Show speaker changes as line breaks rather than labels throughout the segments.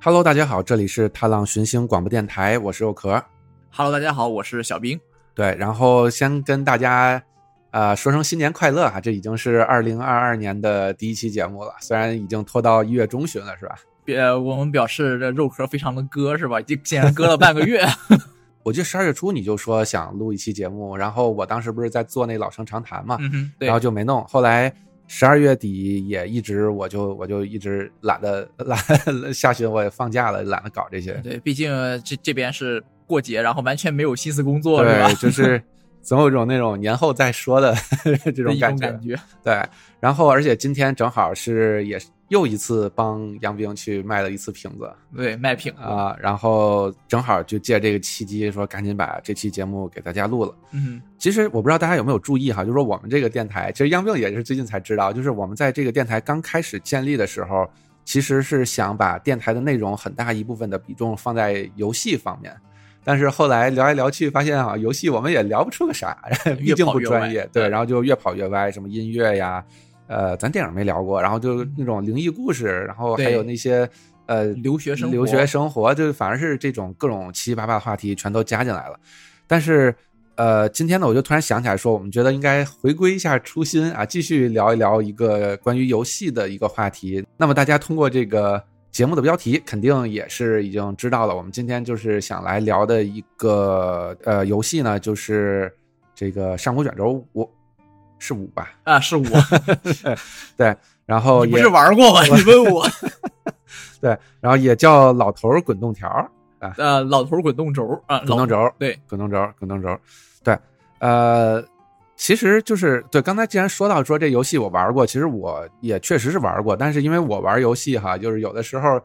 Hello，大家好，这里是踏浪寻星广播电台，我是肉壳。
Hello，大家好，我是小兵。
对，然后先跟大家呃说声新年快乐啊！这已经是二零二二年的第一期节目了，虽然已经拖到一月中旬了，是吧？
别，呃我们表示这肉壳非常的割是吧？竟竟然割了半个 月。
我记得十二月初你就说想录一期节目，然后我当时不是在做那老生常谈嘛，
嗯哼，对
然后就没弄。后来十二月底也一直，我就我就一直懒得 懒下旬我也放假了，懒得搞这些。
对，毕竟这这边是过节，然后完全没有心思工作是吧
对，？就是总有一种那种年后再说的 这
的
种
一
感
种
觉。
感觉。
对，然后而且今天正好是也是又一次帮杨冰去卖了一次瓶子
对，卖品啊，
啊、然后正好就借这个契机说赶紧把这期节目给大家录了。
嗯哼，
其实我不知道大家有没有注意哈，就是说我们这个电台，其实央病也是最近才知道，就是我们在这个电台刚开始建立的时候，其实是想把电台的内容很大一部分的比重放在游戏方面，但是后来聊来聊去发现啊，游戏我们也聊不出个啥，毕竟不专
越跑越
业
歪，
对，
嗯
然后就越跑越歪，什么音乐呀，呃，咱电影没聊过，然后
嗯
就那种灵异故事，然后还有那些呃
留学生活
留学生活，就反而是这种各种七七八八的话题全都加进来了。但是，呃，今天呢，我就突然想起来说，我们觉得应该回归一下初心啊，继续聊一聊一个关于游戏的一个话题。那么，大家通过这个节目的标题，肯定也是已经知道了。我们今天就是想来聊的一个呃游戏呢，就是这个《上古卷轴五》，是五吧？
啊，是我，
然后
你不
哦也
是玩过吗？ 你问我，
对，然后也叫老头儿滚动条儿。
呃，老头儿滚动轴啊，
滚
老
动
头儿
轴，
对，
滚动轴，滚动轴，对，呃，其实就是对，刚才既然说到说这游戏我玩过，其实我也确实是玩过，但是因为我玩游戏哈，就是有的时候，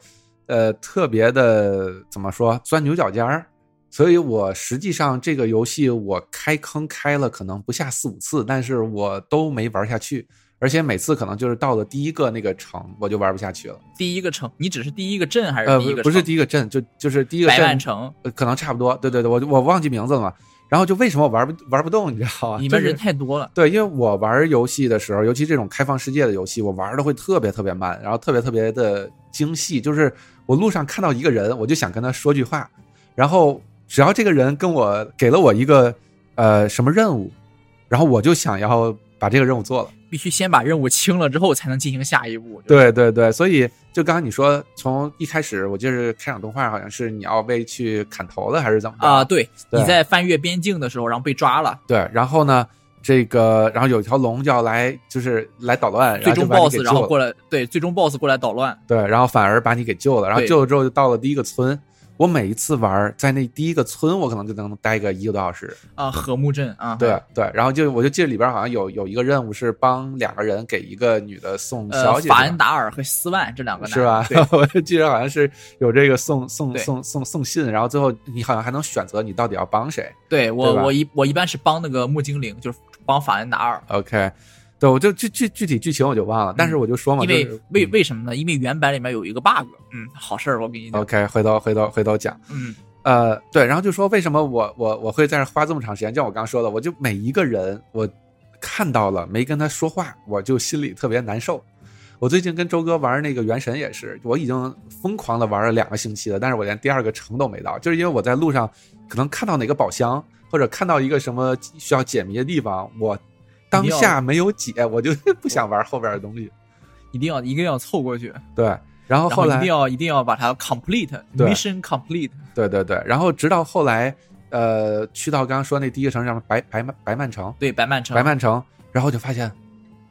呃，特别的怎么说，钻牛角尖儿。所以我实际上这个游戏我开坑开了可能不下四五次，但是我都没玩下去，而且每次可能就是到了第一个那个城我就玩不下去了。
第一个城，你只是第一个镇还
呃，
是
不
第一
是
个城？
不是第一个镇，就就是第一个
百万
镇
城，
呃，可能差不多。对对对，我我忘记名字了嘛。然后就为什么玩不玩不动，你知道吗？
你
啊就
们
是
人太多了。
对，因为我玩游戏的时候，尤其这种开放世界的游戏，我玩的会特别特别慢，然后特别特别的精细。就是我路上看到一个人，我就想跟他说句话，然后只要这个人跟我给了我一个呃什么任务，然后我就想要把这个任务做了。
必须先把任务清了之后，才能进行下一步。就是，
对对对，所以就刚刚你说，从一开始我记得是开场动画好像是你要被去砍头了还是怎么着
啊，对，
对
你在翻越边境的时候，然后被抓了，
对，然后呢，这个然后有一条龙就要来，就是来捣乱，
最终
然后就把你
BOSS
给
然后
救了。
过来，对，最终 BOSS 过来捣乱，
对，然后反而把你给救了，然后
对
救了之后就到了第一个村。我每一次玩儿在那第一个村，我可能就能待个一个多小时。
啊，和睦镇啊，
对对，然后就我就记得里边好像有有一个任务是帮两个人给一个女的送小
呃，
姐，
法恩达尔和斯万这两个男
是吧
对，？
我就记得好像是有这个送送
对
送送送信，然后最后你好像还能选择你到底要帮谁。
对我
对吧
我一我一般是帮那个木精灵，就是帮法恩达尔，
OK，对，我就具具具体剧情我就忘了，但是我就说嘛，
嗯因
就
为
是嗯
为为什么呢？因为原版里面有一个 bug，嗯，好事儿我给你讲，
OK，回头回头回头讲。
嗯，
呃，对，然后就说为什么我我我会在这花这么长时间？就像我刚说的，我就每一个人我看到了没跟他说话，我就心里特别难受。我最近跟周哥玩那个《原神》也是，我已经疯狂的玩了两个星期了，但是我连第二个城都没到，就是因为我在路上可能看到哪个宝箱，或者看到一个什么需要解谜的地方，我当
一定要
下没有解，我就 不想玩后边的东西。
一定要一定要凑过去，
对，然后
然后
哦后
一
来
定要一定要把它 complete
对
mission complete，
对对对，然后直到后来，呃，去到刚刚说那第一个城市上面白白曼白曼城，
对，白曼城，
白曼城，然后就发现，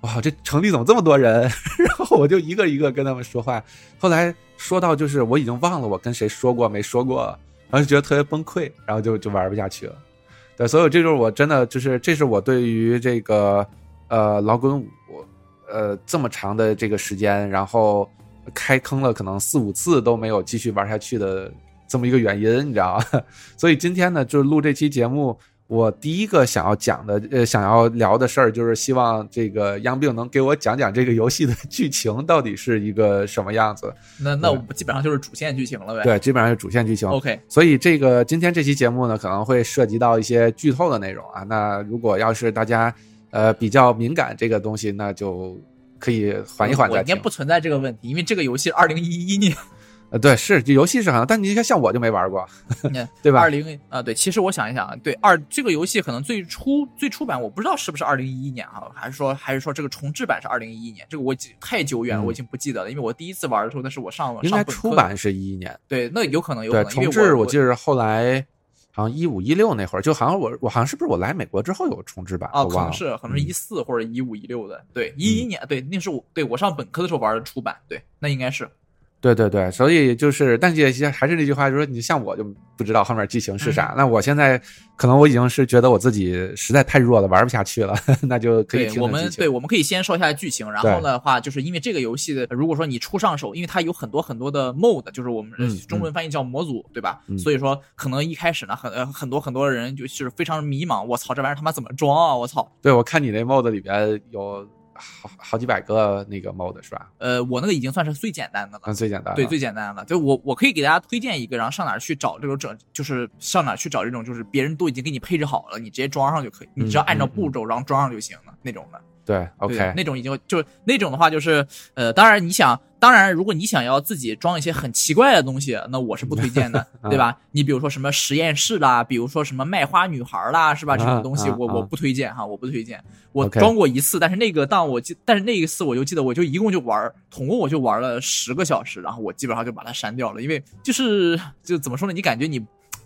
哇，这城里怎么这么多人？ 然后我就一个一个跟他们说话。后来说到就是我已经忘了我跟谁说过没说过，然后就觉得特别崩溃，然后就就玩不下去了。对，所以这就是我真的就是这是我对于这个呃老滚五呃这么长的这个时间，然后开坑了可能四五次都没有继续玩下去的这么一个原因，你知道吗？所以今天呢，就是录这期节目，我第一个想要讲的呃想要聊的事儿，就是希望这个央病能给我讲讲这个游戏的剧情到底是一个什么样 子。
那那我基本上就是主线剧情了呗。
对，基本上是主线剧情。
OK，
所以这个今天这期节目呢，可能会涉及到一些剧透的内容啊。那如果要是大家呃比较敏感这个东西，那就可以缓一缓
我
再
应该
听。
不存在这个问题，因为这个游戏二零一一年
呃，对，是这游戏是好像，但你看像我就没玩过，对吧
二？零啊，对，其实我想一想啊，对二这个游戏可能最初最初版我不知道是不是二零一一年啊，还是说还是说这个重置版是二零一一年？这个我已经太久远了，
嗯
我已经不记得了，因为我第一次玩的时候那是我上
应该
上本科
出版是一一年，
对，那有可能有可
对，
能，因为
重置
我
我记得是后来好像一五一六那会儿，就好像我我好像是不是我来美国之后有重置版，
啊，
我
可
忘
能
了。
是可能是
嗯
一四或者一五一六的，对，一一年对，那是我对我上本科的时候玩的初版，对，那应该是
对对对，所以就是，但是也还是那句话，就是你像我就不知道后面剧情是啥。
嗯
那我现在可能我已经是觉得我自己实在太弱了，玩不下去了， 那就可以
对，
听
我
听剧
们
情。
对，我们可以先说一下剧情，然后的话，就是因为这个游戏的，如果说你初上手，因为它有很多很多的 mod，就是我们
嗯
中文翻译叫模组，对吧？
嗯
所以说可能一开始呢，很呃很多很多人就是非常迷茫，我操，这玩意儿他妈怎么装啊？我操！
对我看你那 mod 里边有好好几百个那个 mod 是吧？
呃，我那个已经算是最简单的了。
那最简单了
对，最简单的，就我我可以给大家推荐一个，然后上哪儿去找这种整，就是上哪儿去找这种，就是别人都已经给你配置好了，你直接装上就可以，你只要按
嗯
照步骤然后装上就行了那种的。
对
对
OK
那种已经就是那种的话，就是呃，当然你想，当然如果你想要自己装一些很奇怪的东西，那我是不推荐 的
啊，
对吧？你比如说什么实验室啦，比如说什么卖花女孩啦，是吧？这种东西
啊啊
我
啊
我不推荐哈，我不推荐。我
OK
装过一次，但是那个当我记，但是那一次我就记得，我就一共就玩儿，总共我就玩了十个小时，然后我基本上就把它删掉了，因为就是就怎么说呢？你感觉你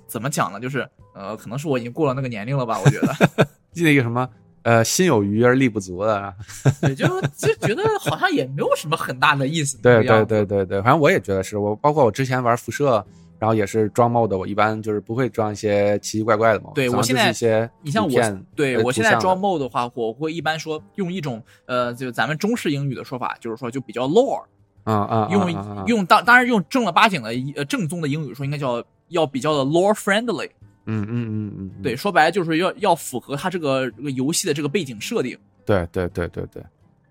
怎么讲呢？就是呃，可能是我已经过了那个年龄了吧，我觉得。
记得一个什么呃，心有余而力不足的，
对，就就觉得好像也没有什么很大的意思。
对
这个
对
样子，
对对对，反正我也觉得是我，包括我之前玩辐射，然后也是装 mod，我一般就是不会装一些奇奇怪怪的 mod，
对
可能
我现
就是
在
一些
你像
图
我
片，
对
呃
我
图
现在
像
装
的
mode 的话，我会一般说用一种呃，就咱们中式英语的说法，就是说就比较 lore，
嗯嗯
用
嗯嗯嗯
用当当然用正儿八经的呃正宗的英语说，应该叫要比较的 lore friendly。
嗯嗯嗯嗯嗯，
对，说白了就是要要符合它这个这个游戏的这个背景设定。
对对对对对，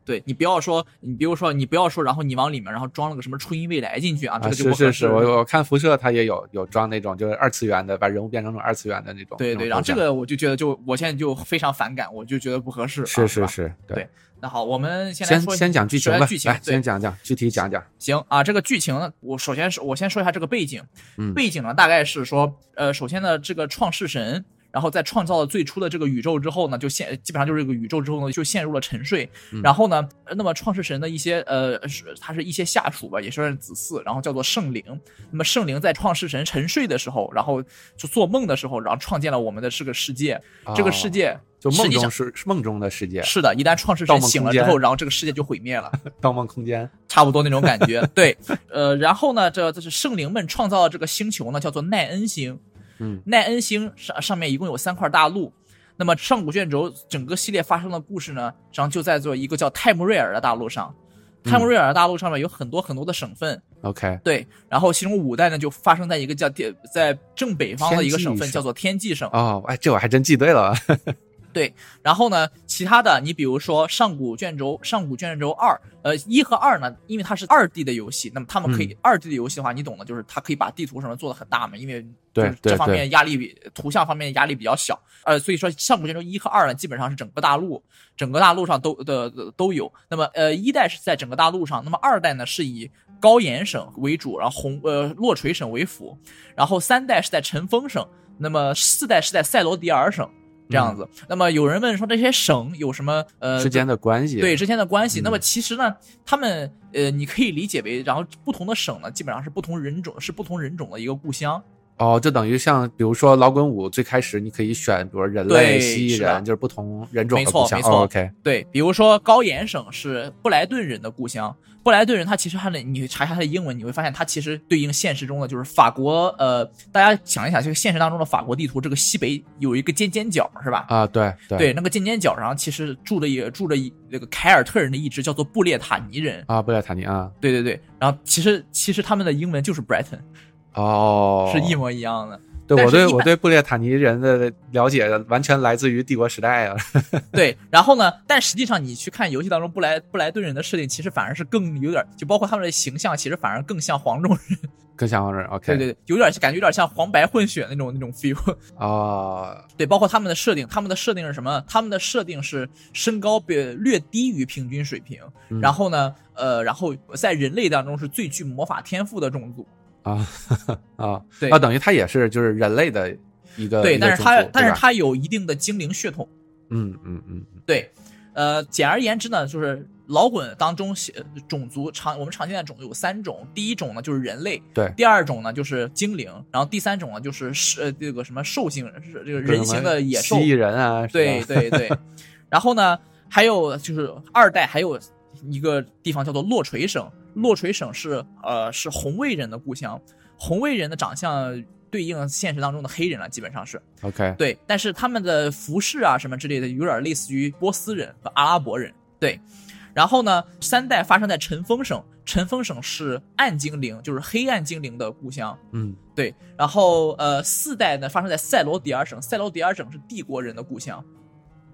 对你不要说，你比如说你不要说，然后你往里面然后装了个什么初音未来进去啊，这
啊
个就是不合
是
适。
是，我我看辐射它也有有装那种就是二次元的，把人物变成那种二次元的那种，
对
那
对，
种
然后
头
这
像
个我就觉得就我现在就非常反感，我就觉得不合适啊。
是
是
是
吧
是，
对那好，我们先来
先
说
先讲剧
说
情
一下
吧，
剧情
来
对
先讲讲具体讲讲，
行啊，这个剧情呢，我首先是我先说一下这个背景，
嗯
背景呢大概是说，呃，首先呢这个创世神，然后在创造了最初的这个宇宙之后呢，就陷基本上就是这个宇宙之后呢就陷入了沉睡，
嗯
然后呢，呃那么创世神的一些呃，是他是一些下属吧，也算是子嗣，然后叫做圣灵，那么圣灵在创世神沉睡的时候，然后就做梦的时候，然后创建了我们的这个世界，这个世
哦
界
就
实
梦
际
中
上
是是梦中的世界，
是的，一旦创世
盗
神
梦
醒
空
了之
间
后，然后这个世界就毁灭了。
盗梦空间，
差不多那种感觉。 对，呃，然后呢，这这是圣灵们创造的这个星球呢，叫做奈恩星。
嗯，
奈恩星上上面一共有三块大陆。那么上古卷轴整个系列发生的故事呢，然后就在做一个叫泰姆瑞尔的大陆上。泰姆瑞尔大陆上面有很多很多的省份，
OK，
对，然后其中五代呢就发生在一个叫地在正北方的一个省
天
份，
际省
叫做天际省。
哦，哎，这我还真记对了，
然后呢，其他的你比如说上古卷轴、上古卷轴二，呃，一和二呢，因为它是二 D 的游戏，那么他们可
嗯
以二 D 的游戏的话，你懂的，就是它可以把地图什么做的很大嘛，因为
对
就是这
对
方
对
面压力比图像方面压力比较小，呃，所以说上古卷轴一和二呢，基本上是整个大陆，整个大陆上都的的都有。那么呃，一代是在整个大陆上，那么二代呢是以高岩省为主，然后红呃落锤省为辅，然后三代是在陈封省，那么四代是在塞罗迪尔省。这样子，那么有人问说这些省有什么
嗯
呃
之间的关系，
对之间的关系？
嗯
那么其实呢，他们呃，你可以理解为，然后不同的省呢，基本上是不同人种是不同人种的一个故乡。
哦，就等于像比如说老滚五最开始你可以选，比如人类、
对
蜥蜴
是的
人，就是不哦同人种
没
的
错
故乡。
没错
o k
对，比如说高岩省是布莱顿人的故乡，布莱顿人他其实他的，你查一下他的英文，你会发现他其实对应现实中的就是法国，呃，大家想一想，这个现实当中的法国地图，这个西北有一个尖尖角是吧？
啊，对对
对，那个尖尖角上其实住着也住着一那个凯尔特人的一支叫做布列塔尼人，
啊，布列塔尼啊，
对对对，然后其实其实他们的英文就是 Brighton，、
哦，
是一模一样的。
对
但
我
是
对
一
我
般
对布列塔尼人的了解完全来自于帝国时代啊，
对，然后呢，但实际上你去看游戏当中布莱布莱顿人的设定，其实反而是更有点，就包括他们的形象，其实反而更像黄种人。
更像人。OK，
对对对，有点感觉有点像黄白混血那种那种 feel。
哦，
对，包括他们的设定，他们的设定是什么？他们的设定是身高比略低于平均水平，
嗯
然后呢，呃，然后在人类当中是最具魔法天赋的种族。
啊 啊
对
啊，等于它也是就是人类的一个呃
对，
一个
但是
种
它
族
但是
吧
它有一定的精灵血统，
嗯嗯嗯嗯
对，呃，简而言之呢，就是老滚当中写种族常我们常见的种族有三种，第一种呢就是人类，
对
第二种呢就是精灵，然后第三种呢就是是呃这个什么兽性是这
就
个
是
人
什
形
么
的野兽
蜥，蜴人啊，是
对
吧
对对，然后呢还有就是二代还有一个地方叫做落锤省，落锤省是呃是红卫人的故乡，红卫人的长相对应现实当中的黑人了，基本上是。
，OK，
对，但是他们的服饰啊什么之类的，有点类似于波斯人和阿拉伯人。对，然后呢，三代发生在尘封省，尘封省是暗精灵，就是黑暗精灵的故乡。
嗯
对，然后呃，四代呢发生在塞罗迪尔省，塞罗迪尔省是帝国人的故乡。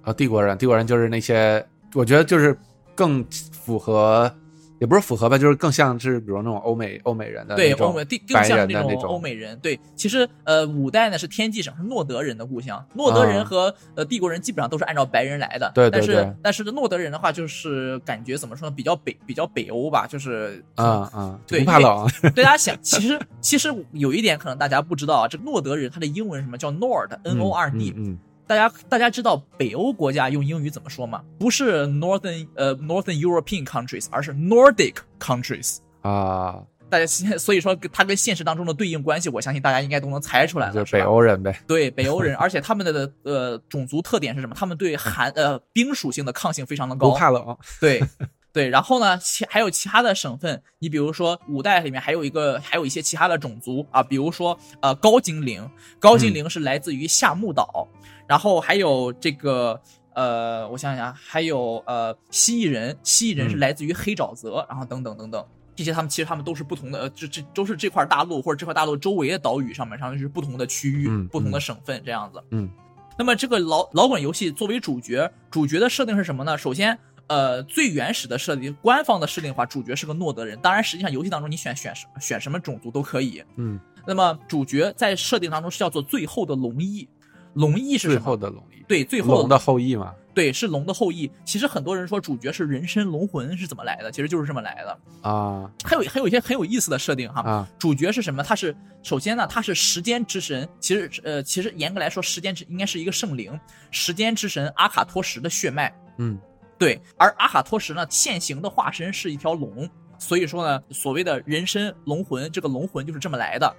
啊，帝国人，帝国人就是那些，我觉得就是更符合，也不是符合吧，就是更像是比如那种欧美欧美人的
对，
那种
欧美地更
白
像是
人
那
的那
种欧美人。对，其实呃，五代呢是天际省，是诺德人的故乡。诺德人
啊
和、呃帝国人基本上都是按照白人来的。
对对
但
对
是但是诺德人的话，就是感觉怎么说呢，比较北比较北欧吧，就是
啊啊，就
对
不怕
因为
冷，
对大家想，其实其实有一点可能大家不知道啊，这诺德人他的英文是什么叫 Nord，N O R D，、
嗯嗯
大家大家知道北欧国家用英语怎么说吗？不是 Northern 呃 Northern European countries，而是 Nordic countries。
嗯啊，
大家现所以说跟它跟现实当中的对应关系，我相信大家应该都能猜出来了。
就是
是吧
北欧人呗，
对北欧人，而且他们的呃种族特点是什么？他们对寒呃冰属性的抗性非常的高，
不怕 冷，
对对，然后呢，其还有其他的省份，你比如说五代里面还有一个，还有一些其他的种族啊，比如说呃高精灵，高
嗯
精灵是来自于夏目岛，然后还有这个呃，我想想啊，还有呃蜥蜴人，蜥蜴人是
嗯
来自于黑沼泽，然后等等等等。这些他们其实他们都是不同的，呃，这这都是这块大陆或者这块大陆周围的岛屿上面，上面就是不同的区域、
嗯
不同的
嗯
省份这样子。
嗯，
那么这个老老滚游戏作为主角，主角的设定是什么呢？首先，呃，最原始的设定，官方的设定的话，主角是个诺德人。当然，实际上游戏当中你选选选什么种族都可以。
嗯，
那么主角在设定当中是叫做最后的龙裔，龙裔是
最
什
后
么？
的龙裔，
对，最后
龙的后裔嘛，
对是龙的后裔。其实很多人说主角是人身龙魂是怎么来的，其实就是这么来的。
啊
还有还有一些很有意思的设定哈，
啊，
主角是什么？他是首先呢，他是时间之神。其实呃，其实严格来说，时间之应该是一个圣灵，时间之神阿卡托什的血脉。
嗯
对，而阿卡托什呢，现行的化身是一条龙，所以说呢，所谓的人身龙魂，这个龙魂就是这么来的。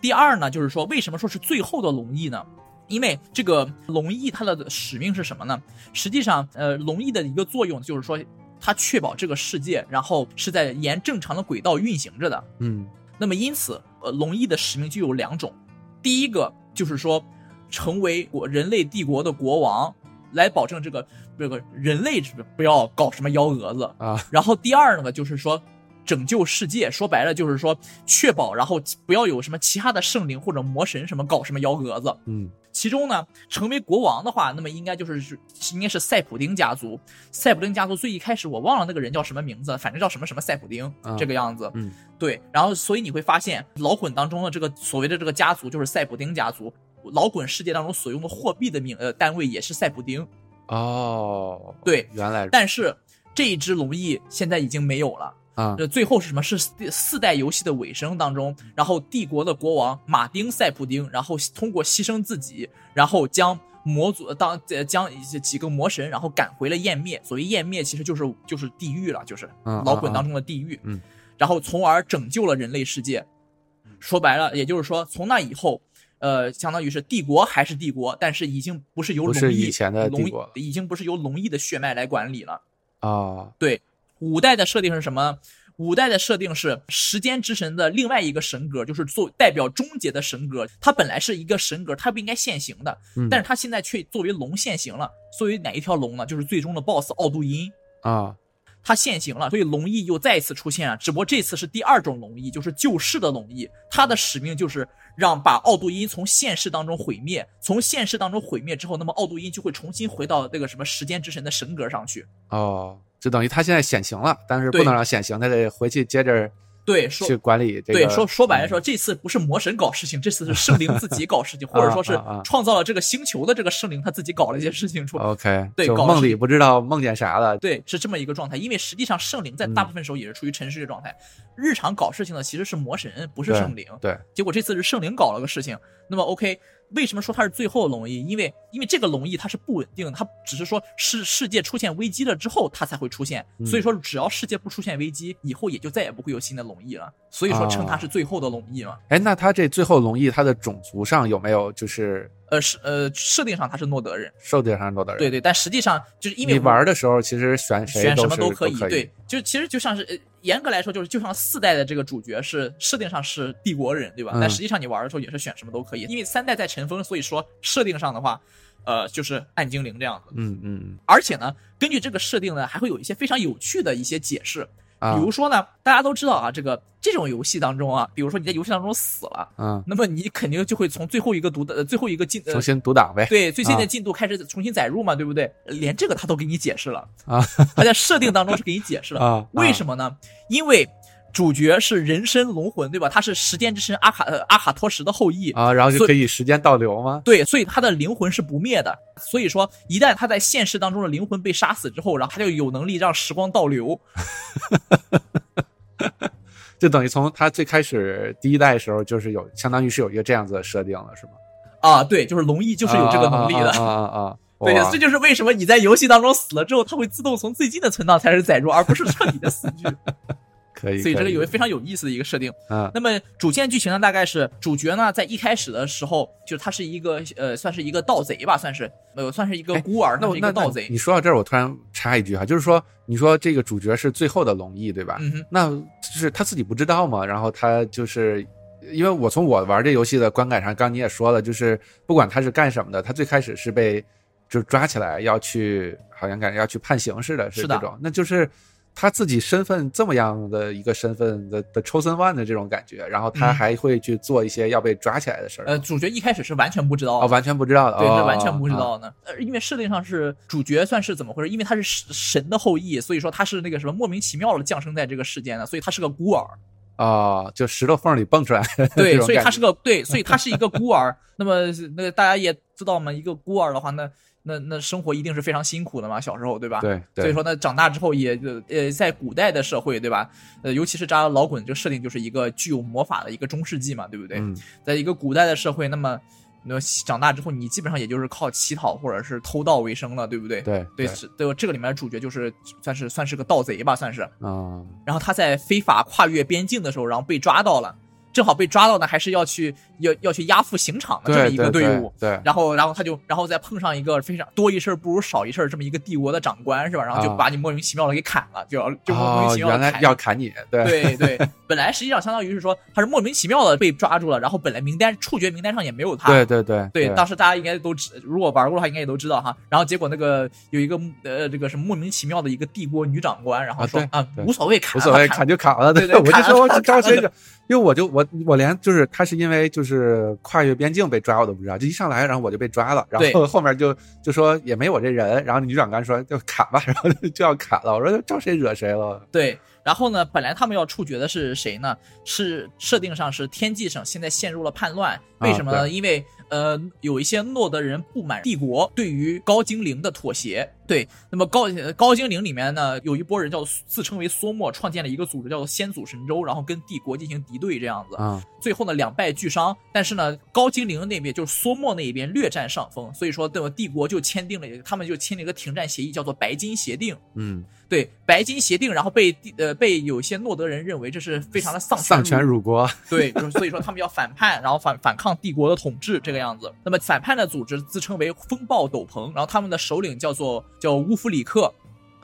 第二呢，就是说为什么说是最后的龙翼呢？因为这个龙翼它的使命是什么呢？实际上，呃，龙翼的一个作用就是说，它确保这个世界，然后是在沿正常的轨道运行着的。
嗯
那么因此，呃，龙翼的使命就有两种，第一个就是说，成为我人类帝国的国王，来保证这个这个人类是不是不要搞什么幺蛾子。
啊
然后第二呢，就是说。拯救世界，说白了就是说确保，然后不要有什么其他的圣灵或者魔神什么搞什么幺蛾子。
嗯
其中呢，成为国王的话，那么应该就是是应该是塞普丁家族。塞普丁家族最一开始我忘了那个人叫什么名字，反正叫什么什么塞普丁、
嗯
这个样子。
嗯，
对，然后所以你会发现老滚当中的这个所谓的这个家族就是塞普丁家族。老滚世界当中所用的货币的名呃单位也是塞普丁，
哦，
对
原来是
但是这一只龙翼现在已经没有了。
啊
这呃最后是什么？是四四代游戏的尾声当中，然后帝国的国王马丁塞普丁，然后通过牺牲自己，然后将魔族当呃将几个魔神，然后赶回了焰灭。所谓焰灭，其实就是就是地狱了，就是
嗯
老滚当中的地狱。
嗯嗯
然后从而拯救了人类世界。说白了，也就是说，从那以后。呃，相当于是帝国还是帝国，但是已经不是由
不
龙
是
翼
以前的
龙
帝
翼
国了
已经不是由龙翼的血脉来管理了。
啊
对，五代的设定是什么呢？五代的设定是时间之神的另外一个神格，就是做代表终结的神格。它本来是一个神格，它不应该现形的，
嗯
但是它现在却作为龙现形了。作为哪一条龙呢？就是最终的 BOSS 奥杜因，
啊
它现形了，所以龙翼又再一次出现了。啊只不过这次是第二种龙翼，就是救世的龙翼。它的使命就是让把奥杜因从现世当中毁灭，从现世当中毁灭之后，那么奥杜因就会重新回到那个什么时间之神的神格上去。
哦，就等于他现在显形了，但是不
对
能让显形，他得回去接着
对说
去管理这个。嗯
对，说说白了说，这次不是魔神搞事情，这次是圣灵自己搞 事情，或者说是
啊啊哦
创造了这个星球的这个圣灵他自己搞了一些事情出来。
OK，
对
就
搞
梦
事
里
情
不知道梦见啥了。
对，是这么一个状态。因为实际上圣灵在大
嗯
部分时候也是处于沉睡的状态，日常搞事情的其实是魔神，不是圣灵。
对，
结果这次是圣灵搞了个事情，那么 OK，为什么说它是最后龙翼？因为因为这个龙翼它是不稳定的，它只是说世世界出现危机了之后它才会出现，
嗯
所以说只要世界不出现危机，以后也就再也不会有新的龙翼了。所以说称
啊
它是最后的龙翼嘛。
哎，那他这最后龙翼，他的种族上有没有就是
呃，是呃，设定上它是诺德人，
受点上落的人？
对对，但实际上就是因为
你
我
玩的时候其实选谁
选什么
是都
可以，
以。
对，就其实就像是呃严格来说，就是就像四代的这个主角是设定上是帝国人，对吧？
嗯
但实际上你玩的时候也是选什么都可以，因为三代在尘封，所以说设定上的话，呃，就是暗精灵这样子。
嗯嗯，
而且呢，根据这个设定呢，还会有一些非常有趣的一些解释，
啊
比如说呢，大家都知道啊，这个这种游戏当中啊，比如说你在游戏当中死了，
嗯，
那么你肯定就会从最后一个读的呃最后一个进呃
重新读档呗。
对最新
啊
的进度开始重新载入嘛，对不对？连这个他都给你解释了
啊，
他在设定当中是给你解释了。
啊，
为
么？
什么呢？因为主角是人身龙魂，对吧？他是时间之神阿卡呃阿卡托什的后裔。
啊，然后就
所以
可以时间倒流吗？
对，所以他的灵魂是不灭的。所以说，一旦他在现实当中的灵魂被杀死之后，然后他就有能力让时光倒流。
就等于从他最开始第一代的时候，就是有相当于是有一个这样子的设定了，是吗？
啊，对，就是龙翼就是有这个能力的。
啊啊啊啊啊啊！
对，
哇
这就是为什么你在游戏当中死了之后，它会自动从最近的存档开始载入，而不是彻底的死去。
可以，
所以这
可
个有非常有意思的一个设定。
嗯
那么主线剧情呢，大概是主角呢在一开始的时候，就是他是一个呃，算是一个盗贼吧，算是呃，算是一个
哎
孤儿，
那
算
我
是一
那
个
那
盗贼
你。说到这儿，我突然插一句哈，就是说，你说这个主角是最后的龙翼，对吧？
嗯哼，
那就是他自己不知道嘛，然后他就是。因为我从我玩这游戏的观感上，刚刚你也说了，就是不管他是干什么的，他最开始是被就是抓起来要去，好像感觉要去判刑似的，是
是
这
的
种，那就是他自己身份这么样的一个身份的的 chosen one 的这种感觉，然后他
嗯
还会去做一些要被抓起来的事儿吗，
呃，主角一开始是完全不知道
哦，
的。
完全不知道的，
对，
哦
是完全不知，
哦
道的。呃，因为设定上是主角算是怎么回事？因为他是神的后裔，所以说他是那个什么莫名其妙的降生在这个世间的，所以他是个孤 儿。
哦，就石头缝里蹦出来，这
对，
种
所以
感
他
觉
是个 对，所以他是一个孤儿。那么那个大家也知道嘛，一个孤儿的话，那那那生活一定是非常辛苦的嘛，小时候对吧？
对，对
啊所以说呢，长大之后也呃呃，在古代的社会，对吧？呃，尤其是扎老滚这个设定，就是一个具有魔法的一个中世纪嘛，对不对？
嗯，
在一个古代的社会，那么那长大之后，你基本上也就是靠乞讨或者是偷盗为生了，对不对？
对
对，是对，这个里面的主角就是算是算是个盗贼吧，算是。
啊，
然后他在非法跨越边境的时候，然后被抓到了，正好被抓到呢，还是要去要要去押赴刑场的这么
对
一个
对
队
对
伍。
对，
然后，然后他就，然后再碰上一个非常多一事不如少一事这么一个帝国的长官是吧？然后就
啊
把你莫名其妙的给砍了，就要就莫名
哦，
其妙
原
的
来
砍。
要砍你，对，
对对，本来实际上相当于是说他是莫名其妙的被抓住了，然后本来名单处决名单上也没有他。
对对对
对当时大家应该都知，如果玩过的话应该也都知道哈。然后结果那个有一个呃这个是莫名其妙的一个帝国女长官，然后说
啊
啊
对
无所谓砍
无
了
所谓，
吧
砍就砍了。
对对
我就
砍
说
了
我
砍了
刚谁
砍
个，因为我就我我连就是他是因为就是跨越边境被抓，我都不知道，就一上来然后我就被抓了，然
对
后后面就就说也没我这人，然后女长官说就砍吧，然后就要砍了，我说招谁惹谁了？
对，然后呢，本来他们要处决的是谁呢？是设定上是天际省，现在陷入了叛乱，为什么呢？
啊对
因为呃，有一些诺德人不满帝国对于高精灵的妥协。对，那么高呃高精灵里面呢，有一波人叫自称为梭莫，创建了一个组织叫做先祖神州，然后跟帝国进行敌对这样子。
啊
最后呢两败俱伤，但是呢高精灵那边就是梭莫那一边略占上风，所以说对吧？帝国就签订了一个，他们就签了一个停战协议，叫做白金协定。
嗯，
对白金协定，然后被呃被有些诺德人认为这是非常的丧
丧权
权辱
辱国，
对，就是所以说他们要反叛，然后反反抗帝国的统治这个样子。那么反叛的组织自称为风暴斗篷，然后他们的首领叫做叫乌夫里克。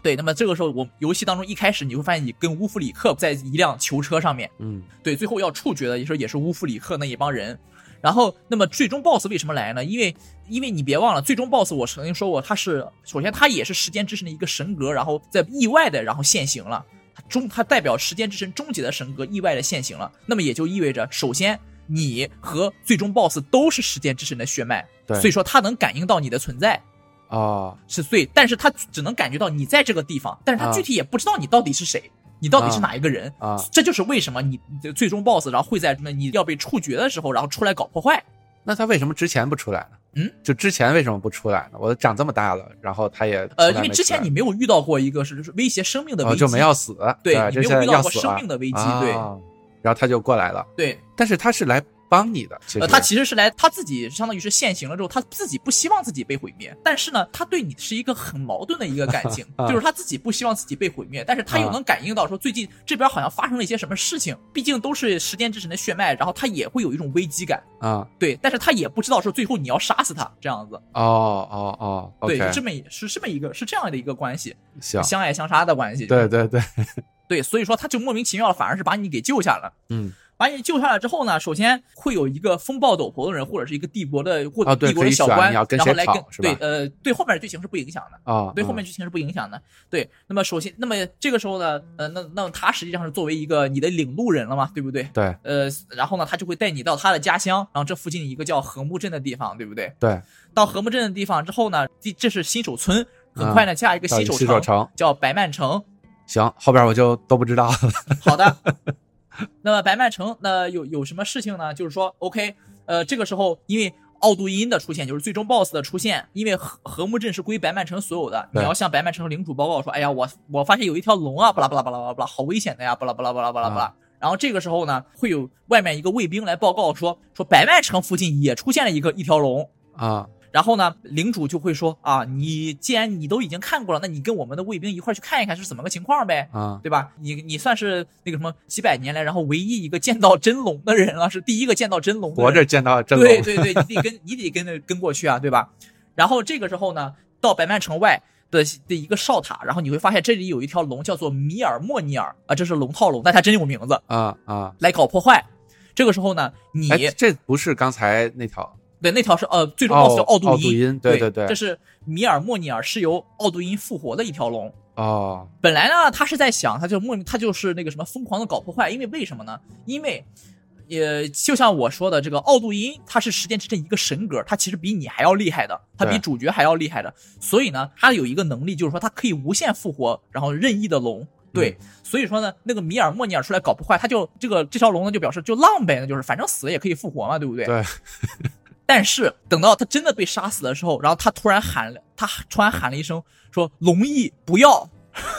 对，那么这个时候我游戏当中一开始你会发现你跟乌夫里克在一辆囚车上面，
嗯
对，最后要处决的也是也是乌夫里克那一帮人。然后，那么最终 BOSS 为什么来呢？因为，因为你别忘了，最终 BOSS 我曾经说过，他是首先他也是时间之神的一个神格，然后在意外的然后现形了，他终他代表时间之神终结的神格意外的现形了。那么也就意味着，首先你和最终 BOSS 都是时间之神的血脉，
嗯对
所以说他能感应到你的存在。
哦
是最，但是他只能感觉到你在这个地方，但是他
啊
具体也不知道你到底是谁。你到底是哪一个人
啊
这就是为什么你你最终 BOSS 然后会在那你要被处决的时候，然后出来搞破坏。
那他为什么之前不出来呢？
嗯，
就之前为什么不出来呢？我长这么大了，然后他也从来
呃，因为
没
之
出来
前你没有遇到过一个是威胁生命的危
哦
机，
就没要死，
对
吧
你
这下
没有遇到
要
过
死
生
了
命的危机
啊
对
然后他就过来了，
对，
但是他是来帮你的，其实
呃，他其实是来他自己相当于是现行了之后，他自己不希望自己被毁灭，但是呢，他对你是一个很矛盾的一个感情
，啊
就是他自己不希望自己被毁灭，但是他又能感应到说最近这边好像发生了一些什么事情，毕竟都是时间之神的血脉，然后他也会有一种危机感，
啊、
对，但是他也不知道说最后你要杀死他这样子，
哦哦哦
对，
，OK，
是这么一是这么一个是这样的一个关系，
行，
相爱相杀的关系，
对对对，
对，所以说他就莫名其妙的反而是把你给救下了。
嗯，
把你救下来之后呢，首先会有一个风暴斗篷的人，或者是一个帝国的或
啊对
帝国的小
可以选
官，
你要跟
然后
谁
来
跑
跟
是吧
对呃对后面的剧情是不影响的，
哦，
对后面
嗯
剧情是不影响的。对，那么首先，那么这个时候呢，呃，那那他实际上是作为一个你的领路人了嘛，对不对？
对
呃，然后呢，他就会带你到他的家乡，然后这附近一个叫禾木镇的地方，对不对？
对，
到禾木镇的地方之后呢，这这是新手村，很快呢，下一个
啊到
新
底
手
新手
城
城，
叫白曼城，
行，后边我就都不知 道了，
好的，那么白曼城那有有什么事情呢？就是说，OK，呃，这个时候因为奥杜因的出现，就是最终 BOSS 的出现，因为和和睦镇是归白曼城所有的，
对
你要向白曼城的领主报告说，哎呀，我我发现有一条龙啊，巴拉巴拉巴拉巴拉巴拉，好危险的呀，巴拉巴拉巴拉巴拉巴
啊
拉。然后这个时候呢，会有外面一个卫兵来报告说，说白曼城附近也出现了一个一条龙。
啊
然后呢，领主就会说啊，你既然你都已经看过了，那你跟我们的卫兵一块儿去看一看是怎么个情况呗。
啊
对吧？你你算是那个什么几百年来，然后唯一一个见到真龙的人啊了，是第一个见到真龙的人。
活着见到真龙
对对对，你 得跟你得跟着跟过去啊，对吧？然后这个时候呢，到白曼城外的的一个哨塔，然后你会发现这里有一条龙，叫做米尔莫尼尔啊，这是龙套龙，但它真有名字，
啊啊，
来搞破坏。这个时候呢，你、
哎，这不是刚才那条
对那条是呃最终
奥
boss 叫奥
奥
杜
杜因对对
对
对
这是米尔莫尼尔是由奥杜因复活的一条龙。
哦，
本来呢，他是在想，他就莫名，他就是那个什么疯狂的搞破坏，因为为什么呢？因为，呃，就像我说的，这个奥杜因他是时间之阵一个神格，他其实比你还要厉害的，他比
对
主角还要厉害的，所以呢，他有一个能力，就是说他可以无限复活，然后任意的龙。对，
嗯
所以说呢，那个米尔莫尼尔出来搞破坏，他就这个这条龙呢就表示就浪呗，那就是反正死了也可以复活嘛，对不对？
对，
但是等到他真的被杀死的时候，然后他突然喊了，他突然喊了一声说：“龙翼不要！”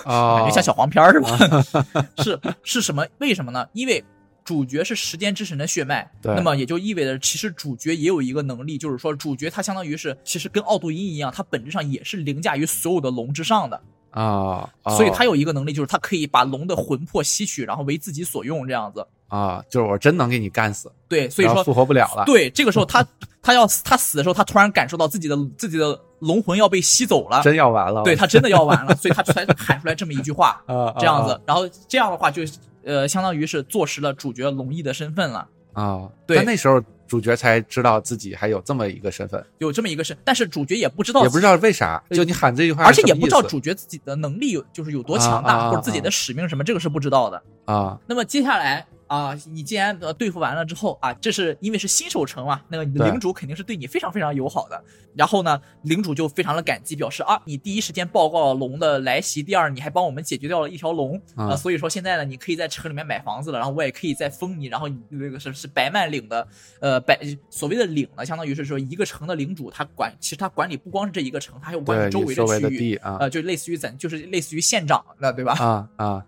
哦，
感觉像小黄片儿是吧？ 是是什么？为什么呢？因为主角是时间之神的血脉，
对
那么也就意味着，其实主角也有一个能力，就是说主角他相当于是，其实跟奥杜因一样，他本质上也是凌驾于所有的龙之上的，
啊，哦
所以他有一个能力，就是他可以把龙的魂魄吸取，然后为自己所用，这样子。
啊，就是我真能给你干死，
对，所以
然后
说
复活不了了，
对，这个时候 他他要死他死的时候，他突然感受到自己的自己的龙魂要被吸走了，
真要完了，
啊对他真的要完了，所以他才喊出来这么一句 话。
啊
这样子
啊，
然后这样的话就呃，相当于是坐实了主角龙翼的身份了，
啊，
对
但那时候主角才知道自己还有这么一个身份，
有这么一个是，但是主角也不知道，
也不知道为啥，就你喊这句话
哦呃而
是
且
什么意思，
也不知道主角自己的能力有就是有多强大，
啊啊啊啊
或者自己的使命什么，这个是不知道的。
啊
那么接下来啊，你既然呃对付完了之后啊，这是因为是新手城嘛，那个你的
对
领主肯定是对你非常非常友好的。然后呢，领主就非常的感激，表示啊，你第一时间报告了龙的来袭，第二你还帮我们解决掉了一条龙
嗯
啊、所以说现在呢，你可以在城里面买房子了，然后我也可以再封你，然后你那个是是白曼领的，呃，白所谓的领呢，相当于是说一个城的领主，他管其实他管理不光是这一个城，他还有管
对
理周围
周围
区
的
域。
地啊
呃，就类似于咱就是类似于县长了，对吧？
啊啊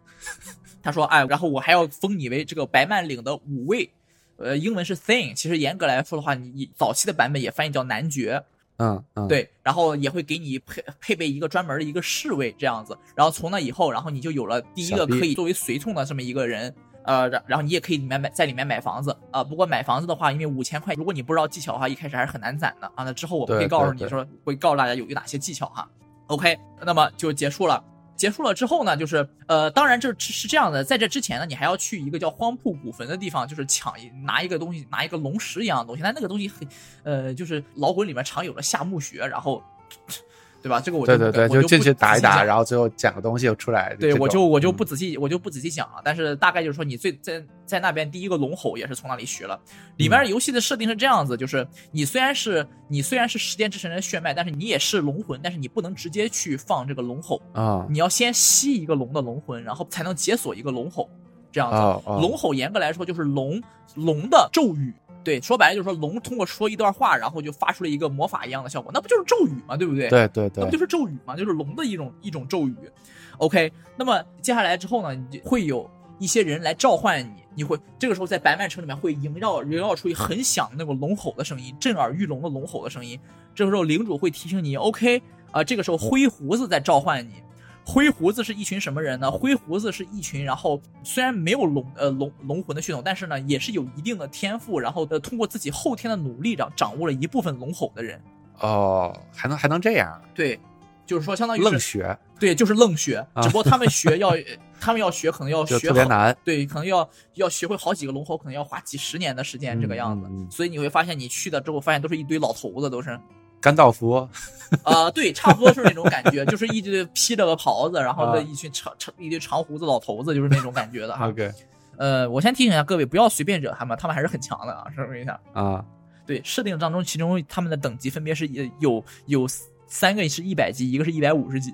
他说：“哎，然后我还要封你为这个白曼岭的五位，呃，英文是 thing，其实严格来说的话，你你早期的版本也翻译叫男爵，
嗯嗯，
对，然后也会给你配配备一个专门的一个侍卫这样子，然后从那以后，然后你就有了第一
小
个
弟
可以作为随从的这么一个人。”呃，然然后你也可以里面买，在里面买房子啊、不过买房子的话，因为五千块，如果你不知道技巧的话，一开始还是很难攒的啊。那之后我们
对
会告诉
对
你说，会告诉大家有有哪些技巧哈。OK，那么就结束了。结束了之后呢，就是呃，当然这是是这样的，在这之前呢，你还要去一个叫荒瀑古坟的地方，就是抢一拿一个东西，拿一个龙石一样的东西，但那个东西很呃，就是老滚里面常有的夏目穴，然后对吧？这个我
对
就
对对，
我就
就
不
进去打一
仔细
打，
讲
然后最后讲个东西又出来。
对，
这
我就
种
我就
嗯
不仔细，我就不仔细讲了。但是大概就是说，你最在在那边第一个龙吼也是从那里学了。里面游戏的设定是这样子，就是你虽然是你虽然是十殿之神的血脉，但是你也是龙魂，但是你不能直接去放这个龙吼，
啊
你要先吸一个龙的龙魂，然后才能解锁一个龙吼，这样子。
哦哦
龙吼严格来说就是龙龙的咒语，对，说白了就是说龙通过说一段话，然后就发出了一个魔法一样的效果，那不就是咒语吗？对不对？
对对对
那不就是咒语嘛，就是龙的一种一种咒语。OK，那么接下来之后呢，你就会有一些人来召唤你，你会这个时候在白曼城里面会萦绕萦绕出很响的那种龙吼的声音，震耳欲聋的龙吼的声音。这个时候领主会提醒你，OK，啊、这个时候灰胡子在召唤你。灰胡子是一群什么人呢？灰胡子是一群，然后虽然没有龙呃龙龙魂的血统，但是呢也是有一定的天赋，然后呃通过自己后天的努力掌掌握了一部分龙吼的人。
哦，还能还能这样
对，就是说相当于是
愣学，
对，就是愣学，
啊
只不过他们 学要，他们要学可能要
就
学
特别
好，
难。
对，可能要要学会好几个龙猴，可能要花几十年的时间这个样子。
嗯嗯嗯
所以你会发现，你去的之后发现都是一堆老头子，都是，啊、啊
甘道夫
对，差不多就是那种感觉，就是一堆披着个袍子，然后
啊
这一群长长一堆长胡子老头子，就是那种感觉的啊。
，OK
呃，我先提醒一下各位，不要随便惹他们，他们还是很强的啊，声明一下。
啊，
对，设定当中，其中他们的等级分别是呃有有三个是一百级，一个是一百五十级。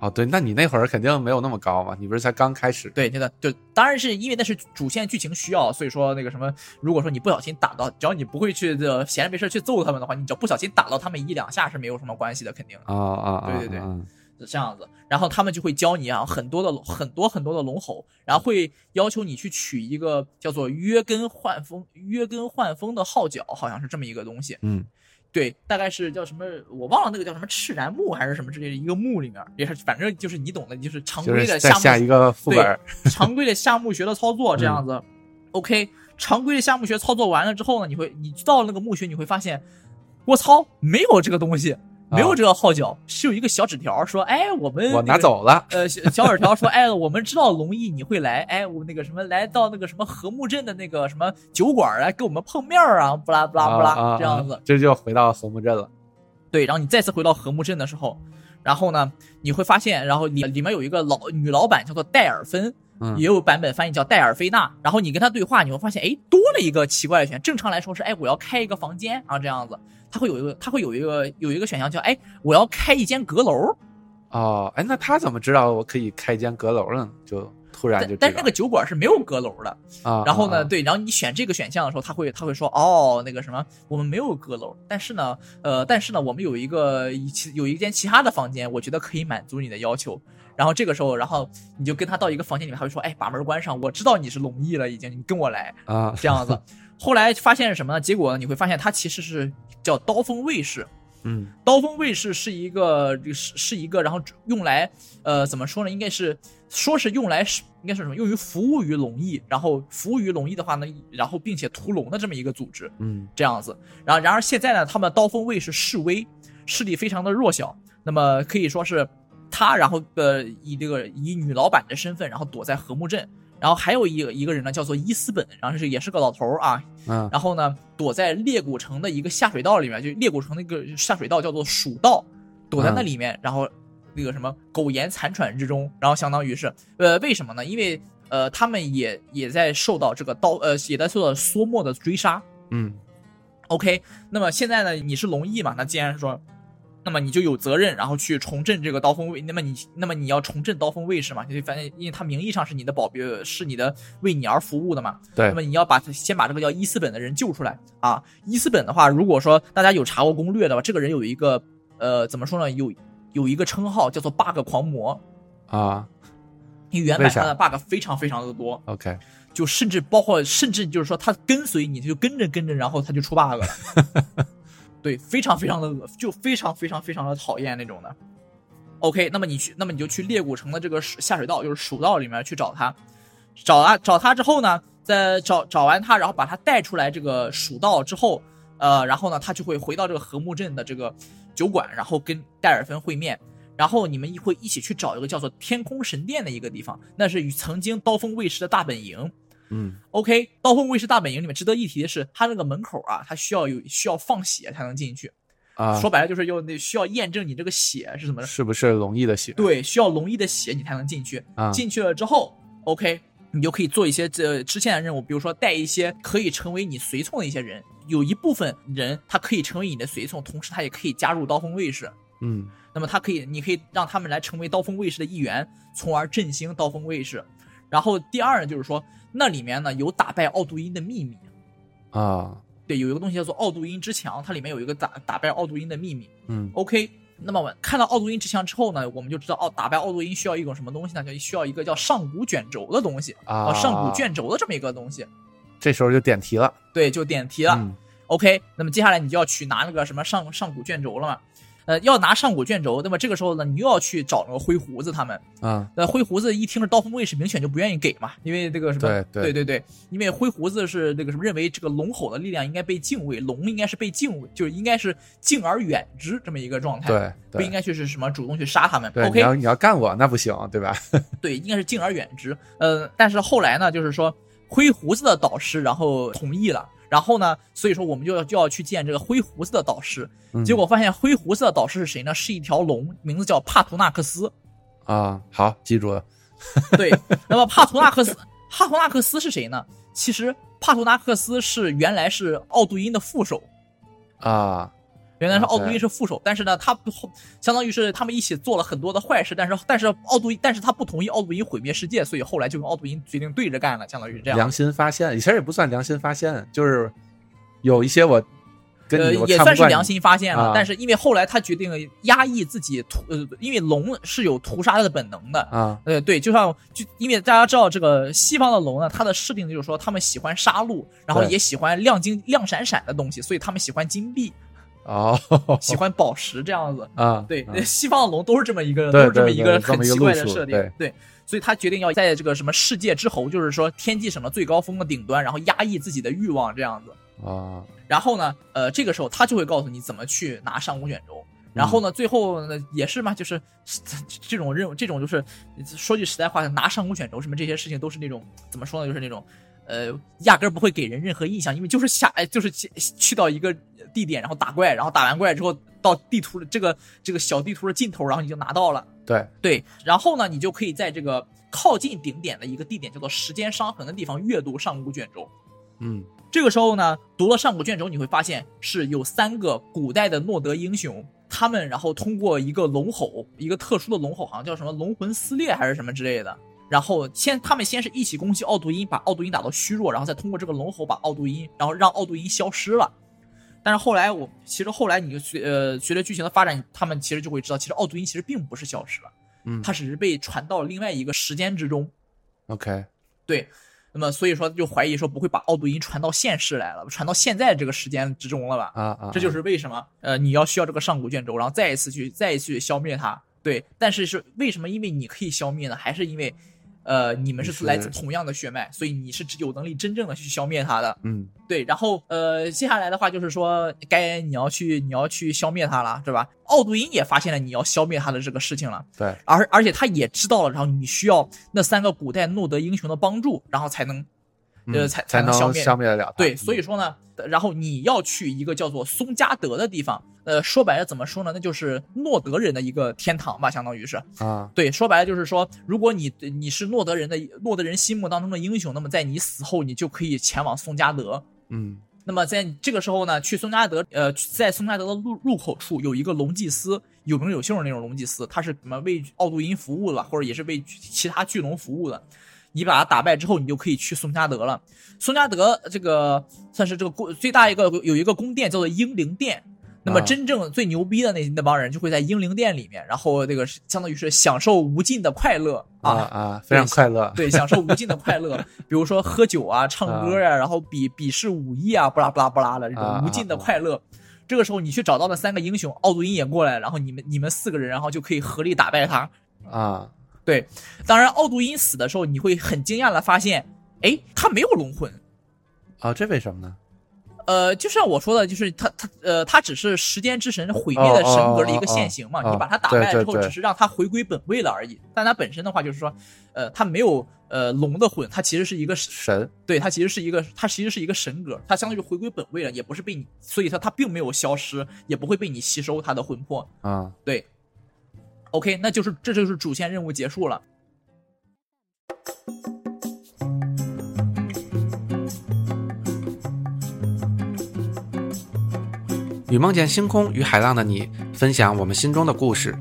哦对，那你那会儿肯定没有那么高嘛，你不是才刚开始？
对，真的就当然是因为那是主线剧情需要，所以说那个什么，如果说你不小心打到，只要你不会去这闲着没事去揍他们的话，你只要不小心打到他们一两下是没有什么关系的，肯定
啊啊啊！
对对对
啊啊
是这样子。然后他们就会教你啊很多的很多很多的龙吼，然后会要求你去取一个叫做约根换风约根换风的号角，好像是这么一个东西。
嗯
对，大概是叫什么，我忘了那个叫什么赤然木还是什么之类的一个木里面，也是反正就是你懂的，就是常
就
规
是
的
再
夏目
下一个副
对
本儿， 嗯
常规的夏目学的操作这样子。OK，常规的夏目学操作完了之后呢，你会你到了那个墓穴，你会发现，我操，没有这个东西，没有这个号角，是有一个小纸条说，哎，我们、
啊我拿。走了。
呃，小小纸条说，哎，我们知道龙毅你会来，哎，我那个什么，来到那个什么和睦镇的那个什么酒馆来跟我们碰面儿啊，不啦不啦不啦，
啊啊
这样子
啊。这就回到和睦镇了。
对，然后你再次回到和睦镇的时候，然后呢，你会发现，然后里里面有一个老女老板叫做戴尔芬，
嗯
也有版本翻译叫戴尔菲娜。然后你跟他对话，你会发现，哎，多了一个奇怪的选项。正常来说是，哎，我要开一个房间啊，这样子，他会有一个，他会有一个有一个选项叫，哎，我要开一间阁楼。
哦，哎，那他怎么知道我可以开间阁楼呢？就突然
但
就知
但是
道
那个酒馆是没有阁楼的。
啊，
然后
啊
呢，
啊
对，然后你选这个选项的时候，他会他会说，哦，那个什么，我们没有阁楼，但是呢，呃，但是呢，我们有一个一其有一间其他的房间，我觉得可以满足你的要求。然后这个时候，然后你就跟他到一个房间里面，他会说，哎，把门关上，我知道你是龙翼了，已经，你跟我来。
啊，
这样子。后来发现是什么呢？结果呢，你会发现它其实是叫刀锋卫士。
嗯
刀锋卫士是一个是是一个，然后用来呃怎么说呢？应该是说是用来是应该是什么？用于服务于龙翼，然后服务于龙翼的话呢，然后并且屠龙的这么一个组织。
嗯
这样子。然后，然而现在呢，他们刀锋卫士示威，势力非常的弱小，那么可以说是他，然后呃，以这个以女老板的身份，然后躲在和睦镇。然后还有一个一个人呢，叫做伊斯本，然后是也是个老头儿啊。
嗯
然后呢，躲在裂谷城的一个下水道里面，就裂谷城的一个下水道叫做蜀道，躲在那里面，然后那个什么苟延残喘之中，然后相当于是呃，为什么呢？因为呃，他们也也在受到这个刀呃，也在受到缩墨的追杀，
嗯
OK，那么现在呢，你是龙翼嘛？那既然说，那么你就有责任，然后去重振这个刀锋卫。那么你，那么你要重振刀锋卫士嘛？就反正因为他名义上是你的保镖，是你的为你而服务的嘛。
对
那么你要把先把这个叫伊斯本的人救出来啊。伊斯本的话，如果说大家有查过攻略的话，这个人有一个呃，怎么说呢？有有一个称号叫做 bug 狂魔。
啊
因为原版
为啥
上的 bug 非常非常的多，
，OK，
就甚至包括甚至就是说他跟随你，他就跟着跟着，然后他就出 bug 了。对，非常非常的恶，就非常非常非常的讨厌那种的。OK，那么你去，那么你就去裂谷城的这个水下水道，就是蜀道里面去找他，找他找他之后呢，在找找完他，然后把他带出来这个蜀道之后，呃，然后呢，他就会回到这个和睦镇的这个酒馆，然后跟戴尔芬会面，然后你们一会一起去找一个叫做天空神殿的一个地方，那是与曾经刀锋卫士的大本营。
嗯
OK，刀锋卫士大本营里面值得一提的是，它那个门口啊，它需要有需要放血才能进去。
啊
说白了就是要那需要验证你这个血是怎么的，
是不是龙毅的血？
对，需要龙一的血你才能进去。
啊，
进去了之后，OK，你就可以做一些这支线的任务，比如说带一些可以成为你随从的一些人。有一部分人他可以成为你的随从，同时他也可以加入刀锋卫士。
嗯
那么他可以，你可以让他们来成为刀锋卫士的一员，从而振兴刀锋卫士。然后第二呢，就是说那里面呢有打败奥杜因的秘密，
啊，
对，有一个东西叫做奥杜因之墙，它里面有一个打打败奥杜因的秘密。
嗯
OK，那么我们看到奥杜因之墙之后呢，我们就知道奥哦打败奥杜因需要一种什么东西呢？就需要一个叫上古卷轴的东西哦
啊，
上古卷轴的这么一个东西。
这时候就点题了，
对，啊就点题了。
嗯
OK，那么接下来你就要去拿那个什么上上古卷轴了嘛？呃，要拿上古卷轴，那么这个时候呢，你又要去找那个灰胡子他们。
啊，
那灰胡子一听是刀锋卫士，明显就不愿意给嘛，因为这个什么，
对对
对因为灰胡子是那个什么，认为这个龙吼的力量应该被敬畏，龙应该是被敬畏，就是应该是敬而远之这么一个状态，
对
不应
对
该去是什么主动去杀他们。
对，你
OK，
要你要干我那不行，对吧？
对，应该是敬而远之。呃，但是后来呢，就是说灰胡子的导师然后同意了，然后呢，所以说我们就要就要去见这个灰胡子的导师，
嗯
结果发现灰胡子的导师是谁呢？是一条龙，名字叫帕图纳克斯。
啊，好，记住了，
对，那么帕图纳克斯，帕图纳克斯是谁呢？其实帕图纳克斯是原来是奥杜因的副手，
啊，
原来是奥杜
啊对
因是副手，但是呢，他不相当于是他们一起做了很多的坏事，但是但是奥杜因，但是他不同意奥杜因毁灭世界，所以后来就跟奥杜因决定对着干了，相当于是这样
良。心发现，其实也不算良心发现，就是有一些我跟
呃
你，我
也
看不
算是
惯
良
你
心发现了，
啊
但是因为后来他决定压抑自己屠，呃，因为龙是有屠杀的本能的，
啊，
呃，对，就像就因为大家知道这个西方的龙呢，它的设定就是说他们喜欢杀戮，然后
对
也喜欢亮晶亮闪闪的东西，所以他们喜欢金币，
哦，
喜欢宝石这样子。
啊，
对，
啊
西方的龙都是这么一个，
对
都是这么
对
一
对
个
这么
很
一个
奇怪
路
的
数
设定
对，
对，所以他决定要在这个什么世界之侯，就是说天际省的最高峰的顶端，然后压抑自己的欲望这样子。
啊，
然后呢，呃，这个时候他就会告诉你怎么去拿上古卷轴。然后呢，最后呢也是嘛，就是这这种任务，这种就是说句实在话，拿上古卷轴什么这些事情都是那种怎么说呢，就是那种呃，压根儿不会给人任何印象，因为就是下哎就是去去到一个地点，然后打怪，然后打完怪之后到地图的这个这个小地图的尽头，然后你就拿到了。
对，
对，然后呢，你就可以在这个靠近顶点的一个地点叫做时间伤痕的地方阅读上古卷轴。
嗯
这个时候呢，读了上古卷轴，你会发现是有三个古代的诺德英雄，他们然后通过一个龙吼，一个特殊的龙吼，好像叫什么龙魂撕裂还是什么之类的。然后先，他们先是一起攻击奥杜因，把奥杜因打到虚弱，然后再通过这个龙吼把奥杜因，然后让奥杜因消失了。但是后来我，其实后来你就随呃随着剧情的发展，他们其实就会知道，其实奥杜因其实并不是消失了，
嗯
他只是被传到了另外一个时间之中。
，OK，
对，那么所以说就怀疑说不会把奥杜因传到现世来了，传到现在这个时间之中了吧？
啊啊，
这就是是为什么呃你要需要这个上古卷轴，然后再一次去再一次去消灭它。对，但是是为什么？因为你可以消灭呢？还是因为呃你们
你
是来
是
自同样的血脉，所以你是有能力真正的去消灭它的。
嗯
对，然后呃，接下来的话就是说，该你要去你要去消灭他了，是吧？奥杜因也发现了你要消灭他的这个事情了，
对，
而而且他也知道了，然后你需要那三个古代诺德英雄的帮助，然后才能呃
嗯
才
才
才能消灭
消灭得了它，
对，
嗯
所以说呢，然后你要去一个叫做松加德的地方，呃，说白了怎么说呢？那就是诺德人的一个天堂吧，相当于是。
啊，
对，说白了就是说，如果你你是诺德人的诺德人心目当中的英雄，那么在你死后，你就可以前往松加德。
嗯
那么在这个时候呢，去松加德，呃，在松加德的入入口处有一个龙祭司，有名有姓的那种龙祭司，他是什么为奥杜因服务了，或者也是为其他巨龙服务的。你把他打败之后，你就可以去松加德了。松加德这个算是这个宫最大一个有一个宫殿叫做英灵殿。那么
啊
真正最牛逼的那那帮人就会在英灵殿里面，然后这个是相当于是享受无尽的快乐
啊
啊
啊，非常快乐，
对，享受无尽的 快乐，比如说喝酒啊、唱歌呀、然后比比试武艺啊，不啦不啦不啦的这
啊啊
种无尽的快乐。这个时候你去找到那三个英雄，奥杜因也过来，然后你们你们四个人，然后就可以合力打败他。
啊，
当然，奥杜因死的时候，你会很惊讶的发现，哎，他没有龙魂。
啊，这为什么呢？
呃，就像我说的，就是他他呃，他只是时间之神毁灭的神格的一个现形
哦
嘛。
哦哦哦
你把他打
对
败了
对
之后，
对
只是让他回归本位了而已。但他本身的话，就是说，呃，他没有呃龙的魂，他其实是一个神
神，
对，它其实是一个，它其实是一个神格，它相当于回归本位了，也不是被你，所以它它并没有消失，也不会被你吸收它的魂魄。
啊，
对，OK，那就是这就是主线任务结束了。
与梦见星空与海浪的你，分享我们心中的故事。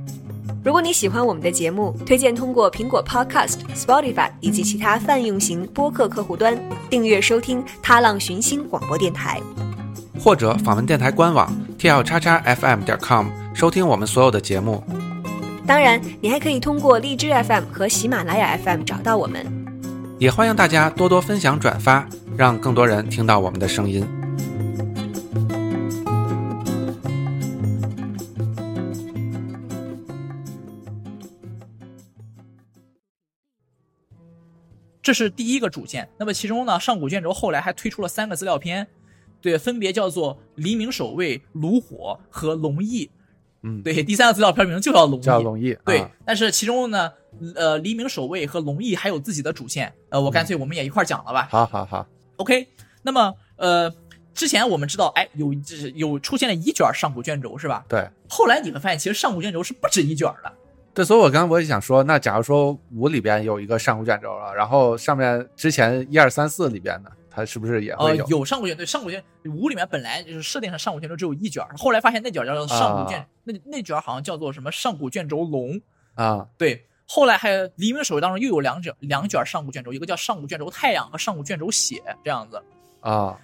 如果你喜欢我们的节目，推荐通过苹果 Podcast、Spotify 以及其他泛用型播客客户端订阅收听《踏浪寻星广播电台》。
或者访问电台官网 t l 叉叉 f m 点 com 收听我们所有的节目。
当然，你还可以通过荔枝 FM 和喜马拉雅 FM 找到我们。
也欢迎大家多多分享转发，让更多人听到我们的声音。
这是第一个主线。那么其中呢，上古卷轴后来还推出了三个资料片，对，分别叫做《黎明守卫》《炉火》和《龙翼》。
嗯，
对，第三个资料片名就叫《龙翼》。
叫龙毅，
对
啊，
但是其中呢，呃，黎明守卫和龙翼还有自己的主线。呃，我
嗯
干脆我们也一块儿讲了吧。
好好好，
OK，那么呃，之前我们知道，哎，有这是有出现了一卷上古卷轴是吧？
对
后来你会发现，其实上古卷轴是不止一卷的。
对，所以我刚刚我也想说，那假如说五里边有一个上古卷轴了，然后上面之前一二三四里边的，它是不是也
呃
会有？，
有上古卷对上古卷五里面本来就是设定上上古卷轴只有一卷，后来发现那卷叫做上古卷，
啊
那那卷好像叫做什么上古卷轴龙。呃
啊，
对，后来还有黎明守卫当中又有两卷两卷上古卷轴，一个叫上古卷轴太阳和上古卷轴血这样子。
啊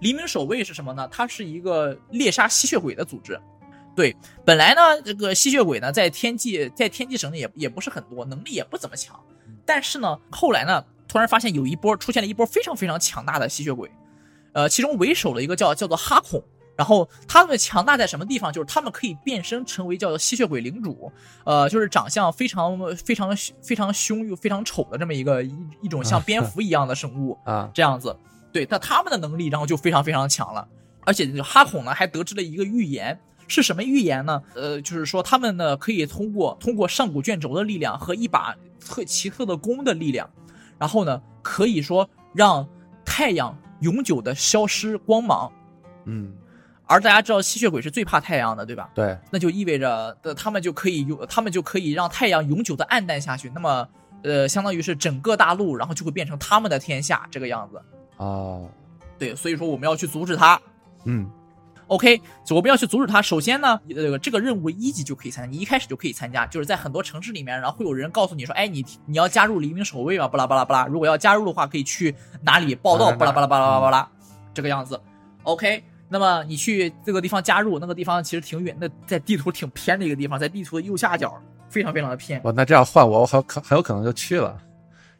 黎明守卫是什么呢？它是一个猎杀吸血鬼的组织。对，本来呢，这个吸血鬼呢，在天际在天际省里也也不是很多，能力也不怎么强。但是呢，后来呢，突然发现有一波出现了一波非常非常强大的吸血鬼，呃，其中为首的一个叫叫做哈孔。然后他们强大在什么地方？就是他们可以变身成为叫做吸血鬼领主，呃，就是长相非常非常非常凶又非常丑的这么一个一一种像蝙蝠一样的生物。
啊
这样子。对，但他们的能力然后就非常非常强了。而且哈孔呢还得知了一个预言，是什么预言呢？呃，就是说他们呢可以通过通过上古卷轴的力量和一把特奇特的弓的力量，然后呢可以说让太阳永久的消失光芒。
嗯，
而大家知道吸血鬼是最怕太阳的，对吧？
对，
那就意味着呃他们就可以永，他们就可以让太阳永久的暗淡下去。那么，呃，相当于是整个大陆，然后就会变成他们的天下这个样子。
啊，
对，所以说我们要去阻止他。
嗯
OK，所以我们要去阻止他。首先呢，这个这个任务一级就可以参加，你一开始就可以参加，就是在很多城市里面，然后会有人告诉你说，哎，你你要加入黎明守卫吧，啊巴拉巴拉巴拉。如果要加入的话，可以去哪里报道，
哪
巴
哪
拉
哪
巴拉巴拉巴拉巴
嗯
拉，这个样子。OK，那么你去这个地方加入，那个地方其实挺远，那在地图挺偏的一个地方，在地图的右下角，非常非常的偏。
我那这样换我，我很可很有可能就去了。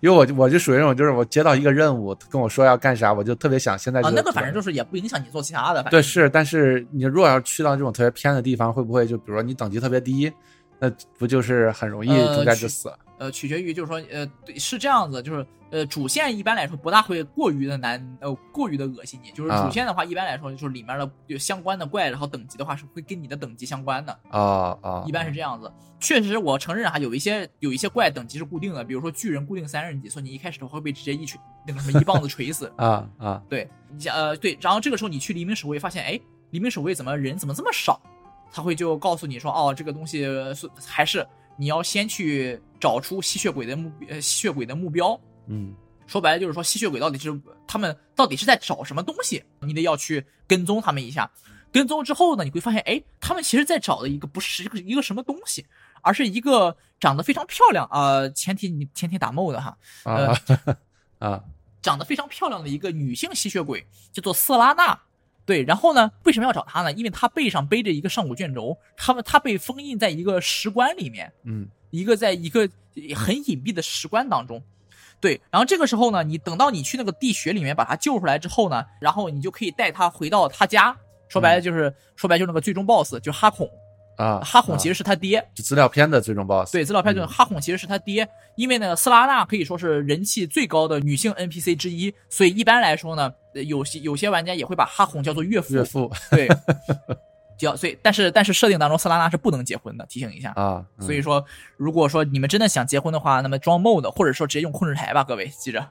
因为我就我就属于那种，就是我接到一个任务，跟我说要干啥，我就特别想现在就
啊，
去了、
那个反正就是也不影响你做其他的，反正
对，是，但是你如果要去到这种特别偏的地方，会不会就比如说你等级特别低，那不就是很容易
呃
中间
去
就死了？
呃，取决于就是说，呃，对是这样子，就是呃，主线一般来说不大会过于的难，呃，过于的恶心你。就是
啊
主线的话，一般来说就是里面的有相关的怪，然后等级的话是会跟你的等级相关的，
哦哦，。
一般呃是这样子。确实，我承认哈，啊有一些有一些怪等级是固定的，比如说巨人固定三十级，所以你一开始的话会被直接一锤那个什么一棒子锤死
啊啊
对，你想呃对，然后这个时候你去黎明守卫，发现哎，黎明守卫怎么人怎么这么少？他会就告诉你说，哦，这个东西是还是你要先去找出吸血鬼的目呃吸血鬼的目标。
嗯
说白了就是说，吸血鬼到底是他们到底是在找什么东西？你得要去跟踪他们一下。跟踪之后呢，你会发现，哎，他们其实在找的一个不是一个一个什么东西，而是一个长得非常漂亮啊、呃前提你前提打 mod 哈，
啊
呃
啊
长得非常漂亮的一个女性吸血鬼，叫做瑟拉娜。对，然后呢，为什么要找她呢？因为她背上背着一个上古卷轴，他们她被封印在一个石棺里面，
嗯
一个在一个很隐蔽的石棺当中。对，然后这个时候呢，你等到你去那个地穴里面把她救出来之后呢，然后你就可以带她回到她家。说白了就是，说白了就是那个最终 BOSS，就是哈孔。
啊，
哈孔其
实
实是他爹，
资料片的最终 BOSS
对，资料片就是哈孔其实是他爹，因为呢，斯拉娜可以说是人气最高的女性 NPC 之一，所以一般来说呢，有些有些玩家也会把哈红叫做岳父，
岳父
对， 叫所以但是但是设定当中瑟拉娜是不能结婚的，提醒一下。
啊，嗯
所以说，如果说你们真的想结婚的话，那么装 mod 或者说直接用控制台吧，各位记着。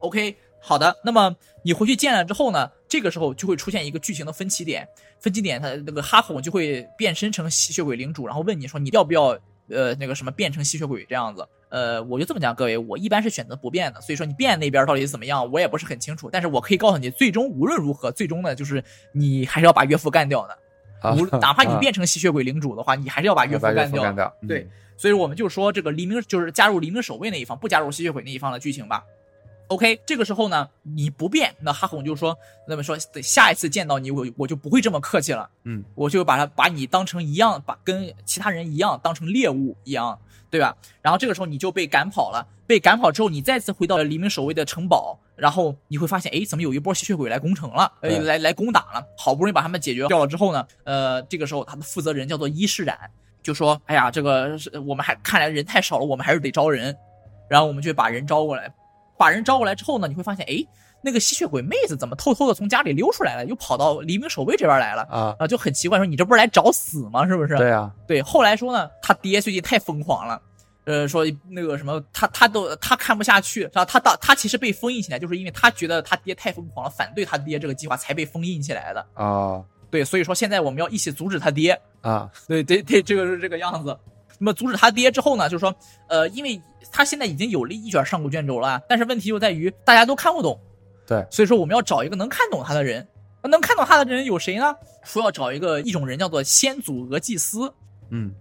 OK，好的。那么你回去建了之后呢，这个时候就会出现一个剧情的分歧点，分歧点它那个哈孔就会变身成吸血鬼领主，然后问你说你要不要呃那个什么变成吸血鬼这样子。呃，我就这么讲，各位，我一般是选择不变的，所以说你变那边到底是怎么样，我也不是很清楚。但是我可以告诉你，最终无论如何，最终呢，就是你还是要把岳父干掉的。
啊
无哪怕你
啊
变成吸血鬼领主的话，你还是要把岳父
把岳
干
父
掉。
干掉，嗯
对，所以我们就说这个黎明就是加入黎明守卫那一方，不加入吸血鬼那一方的剧情吧。OK，这个时候呢，你不变，那哈孔就说，那么说等下一次见到你，我我就不会这么客气了，
嗯，
我就把他把你当成一样，把跟其他人一样当成猎物一样，对吧？然后这个时候你就被赶跑了，被赶跑之后，你再次回到了黎明守卫的城堡，然后你会发现，哎，怎么有一波吸血鬼来攻城了，呃
对，
来来攻打了，好不容易把他们解决掉了之后呢，呃，这个时候他的负责人叫做伊世染，就说，哎呀，这个是我们还看来人太少了，我们还是得招人，然后我们就把人招过来，把人招过来之后呢，你会发现，哎，那个吸血鬼妹子怎么偷偷的从家里溜出来了，又跑到黎明守卫这边来了。
啊，
啊，就很奇怪，说你这不是来找死吗？是不是？
对啊，
对，后来说呢，他爹最近太疯狂了，呃，说那个什么，他他都他看不下去，他他到他其实被封印起来，就是因为他觉得他爹太疯狂了，反对他爹这个计划才被封印起来的。
哦
对，所以说现在我们要一起阻止他爹。
啊，
对，对对，这个是这个样子。那么阻止他爹之后呢，就是说，呃，因为他现在已经有了一卷上古卷轴了，但是问题就在于大家都看不懂，
对
所以说我们要找一个能看懂他的人。那能看懂他的人有谁呢？说要找一个一种人叫做先祖俄祭司，
嗯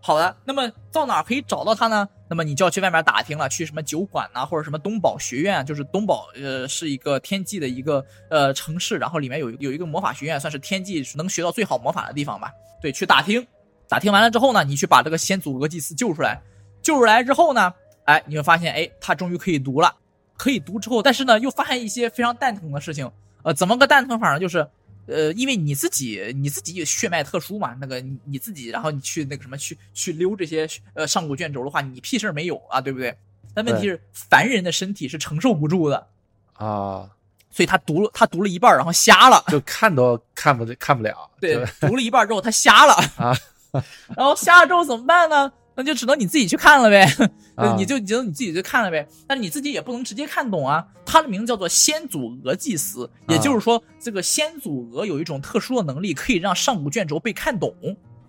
好的，那么到哪儿可以找到他呢？那么你就要去外面打听了，去什么酒馆呐、或者什么东宝学院啊，就是东宝呃是一个天际的一个呃城市，然后里面有有一个魔法学院，算是天际能学到最好魔法的地方吧。对，去打听，打听完了之后呢，你去把这个先祖俄祭司救出来，救出来之后呢，哎，你会发现，哎，他终于可以读了，可以读之后，但是呢，又发现一些非常蛋疼的事情。呃，怎么个蛋疼法呢？就是呃，因为你自己你自己有血脉特殊嘛，那个你你自己，然后你去那个什么去去溜这些呃上古卷轴的话，你屁事儿没有啊，对不对？但问题是，凡人的身体是承受不住的，
啊，
所以他读了他读了一半儿，然后 瞎了。
就看都看不看不了，
对
就，
读了一半儿之后他瞎了
啊，
然后瞎了之后怎么办呢？那就只能你自己去看了呗，
啊
你就只能你自己去看了呗。但是你自己也不能直接看懂啊。他的名字叫做先祖俄祭司，也
啊
就是说，这个先祖俄有一种特殊的能力，可以让上古卷轴被看懂。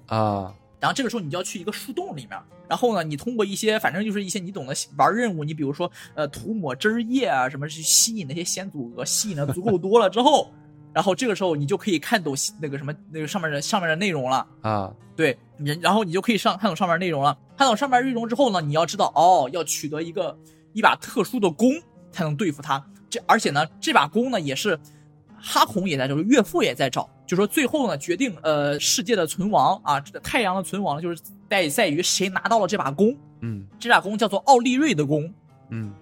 啊
然后这个时候你就要去一个树洞里面，然后呢，你通过一些反正就是一些你懂得玩任务，你比如说呃涂抹汁液啊什么，去吸引那些先祖蛾，吸引的足够多了之后，然后这个时候你就可以看懂那个什么那个上面的上面的内容了。
啊
对，人然后你就可以上看懂上面内容了。看懂上面内容之后呢，你要知道哦，要取得一个一把特殊的弓才能对付他。这而且呢，这把弓呢也是哈孔也在找，岳父也在找，就说最后呢决定呃世界的存亡啊，这个太阳的存亡就是在在于谁拿到了这把弓。
嗯
这把弓叫做奥利瑞的弓，
嗯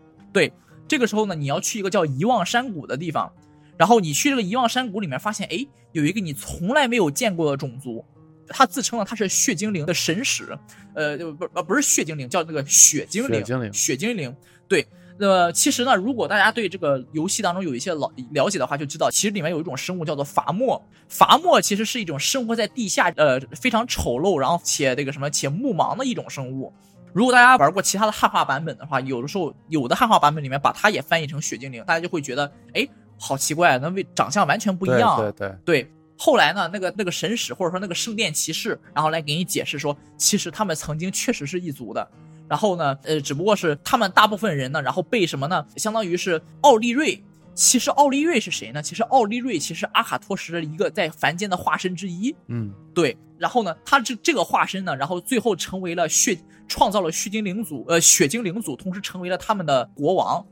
这个时候呢，你要去一个叫遗忘山谷的地方，然后你去这个遗忘山谷里面，发现哎，有一个你从来没有见过的种族，他自称了他是血精灵的神使，呃，就不呃不是血精灵，叫那个血精
血
灵，
精灵
血精灵，对。那么其实呢，如果大家对这个游戏当中有一些老了解的话，就知道其实里面有一种生物叫做伐木。伐木其实是一种生活在地下，呃，非常丑陋，然后且这个什么且目盲的一种生物。如果大家玩过其他的汉化版本的话，有的时候有的汉化版本里面把它也翻译成血精灵，大家就会觉得，哎，好奇怪，那为长相完全不一样。啊
对对对
对后来呢，那个那个神使或者说那个圣殿骑士，然后来给你解释说，其实他们曾经确实是一族的。然后呢，呃，只不过是他们大部分人呢，然后被什么呢？相当于是奥利瑞。其实奥利瑞是谁呢？其实奥利瑞其实阿卡托什的一个在凡间的化身之一。
嗯
对，然后呢，他这这个化身呢，然后最后成为了血，创造了血精灵族，呃，血精灵族，同时成为了他们的国王。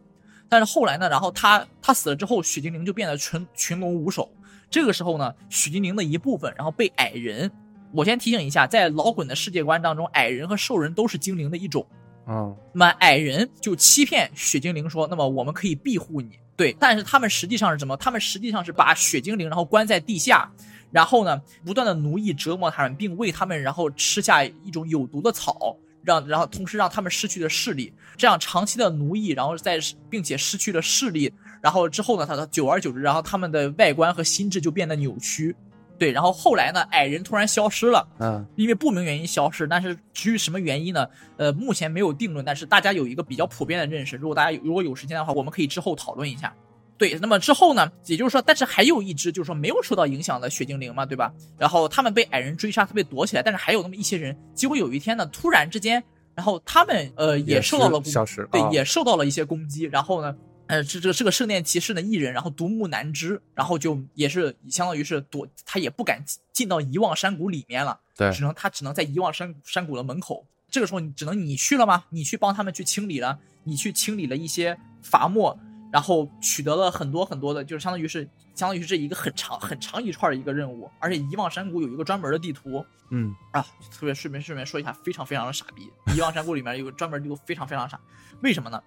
但是后来呢，然后他他死了之后，血精灵就变得群群龙无首。这个时候呢，血精灵的一部分，然后被矮人。我先提醒一下，在老滚的世界观当中，矮人和兽人都是精灵的一种。
嗯
那么矮人就欺骗雪精灵说，那么我们可以庇护你。对，但是他们实际上是什么？他们实际上是把雪精灵然后关在地下，然后呢不断的奴役折磨他们，并为他们然后吃下一种有毒的草，让然后同时让他们失去了视力，这样长期的奴役，然后在并且失去了视力，然后之后呢，他的久而久之，然后他们的外观和心智就变得扭曲。对，然后后来呢，矮人突然消失了，
嗯
因为不明原因消失，但是至于什么原因呢？呃，目前没有定论，但是大家有一个比较普遍的认识。如果大家有如果有时间的话，我们可以之后讨论一下。对，那么之后呢？也就是说，但是还有一只就是说没有受到影响的雪精灵嘛，对吧？然后他们被矮人追杀，他被躲起来，但是还有那么一些人，结果有一天呢，突然之间，然后他们呃也受到了
是消失，
对
啊，
也受到了一些攻击。然后呢，呃，这这个是个圣殿骑士的一人，然后独木难支，然后就也是相当于是躲，他也不敢进进到遗忘山谷里面了，
对
只能他只能在遗忘山山谷的门口。这个时候，你只能你去了吗？你去帮他们去清理了，你去清理了一些伐木，然后取得了很多很多的，就是相当于是相当于是这一个很长很长一串的一个任务，而且遗忘山谷有一个专门的地图，
嗯，
啊，特别顺便顺便说一下，非常非常的傻逼。遗忘山谷里面有个专门地图，非常非常傻。为什么呢？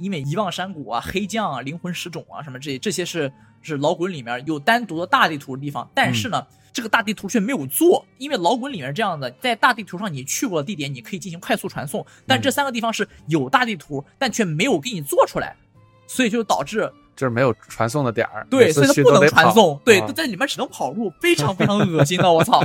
因为遗忘山谷啊、黑将啊、灵魂石种啊什么这这些是是老滚里面有单独的大地图的地方，但是呢，这个大地图却没有做，因为老滚里面是这样的，在大地图上你去过的地点，你可以进行快速传送，但这三个地方是有大地图，但却没有给你做出来，所以就导致
就是没有传送的点儿，
对，
每
所
次
以它
去
不
都
能
得
传
跑
送，对，
啊
在里面只能跑路，非常非常恶心的，我操。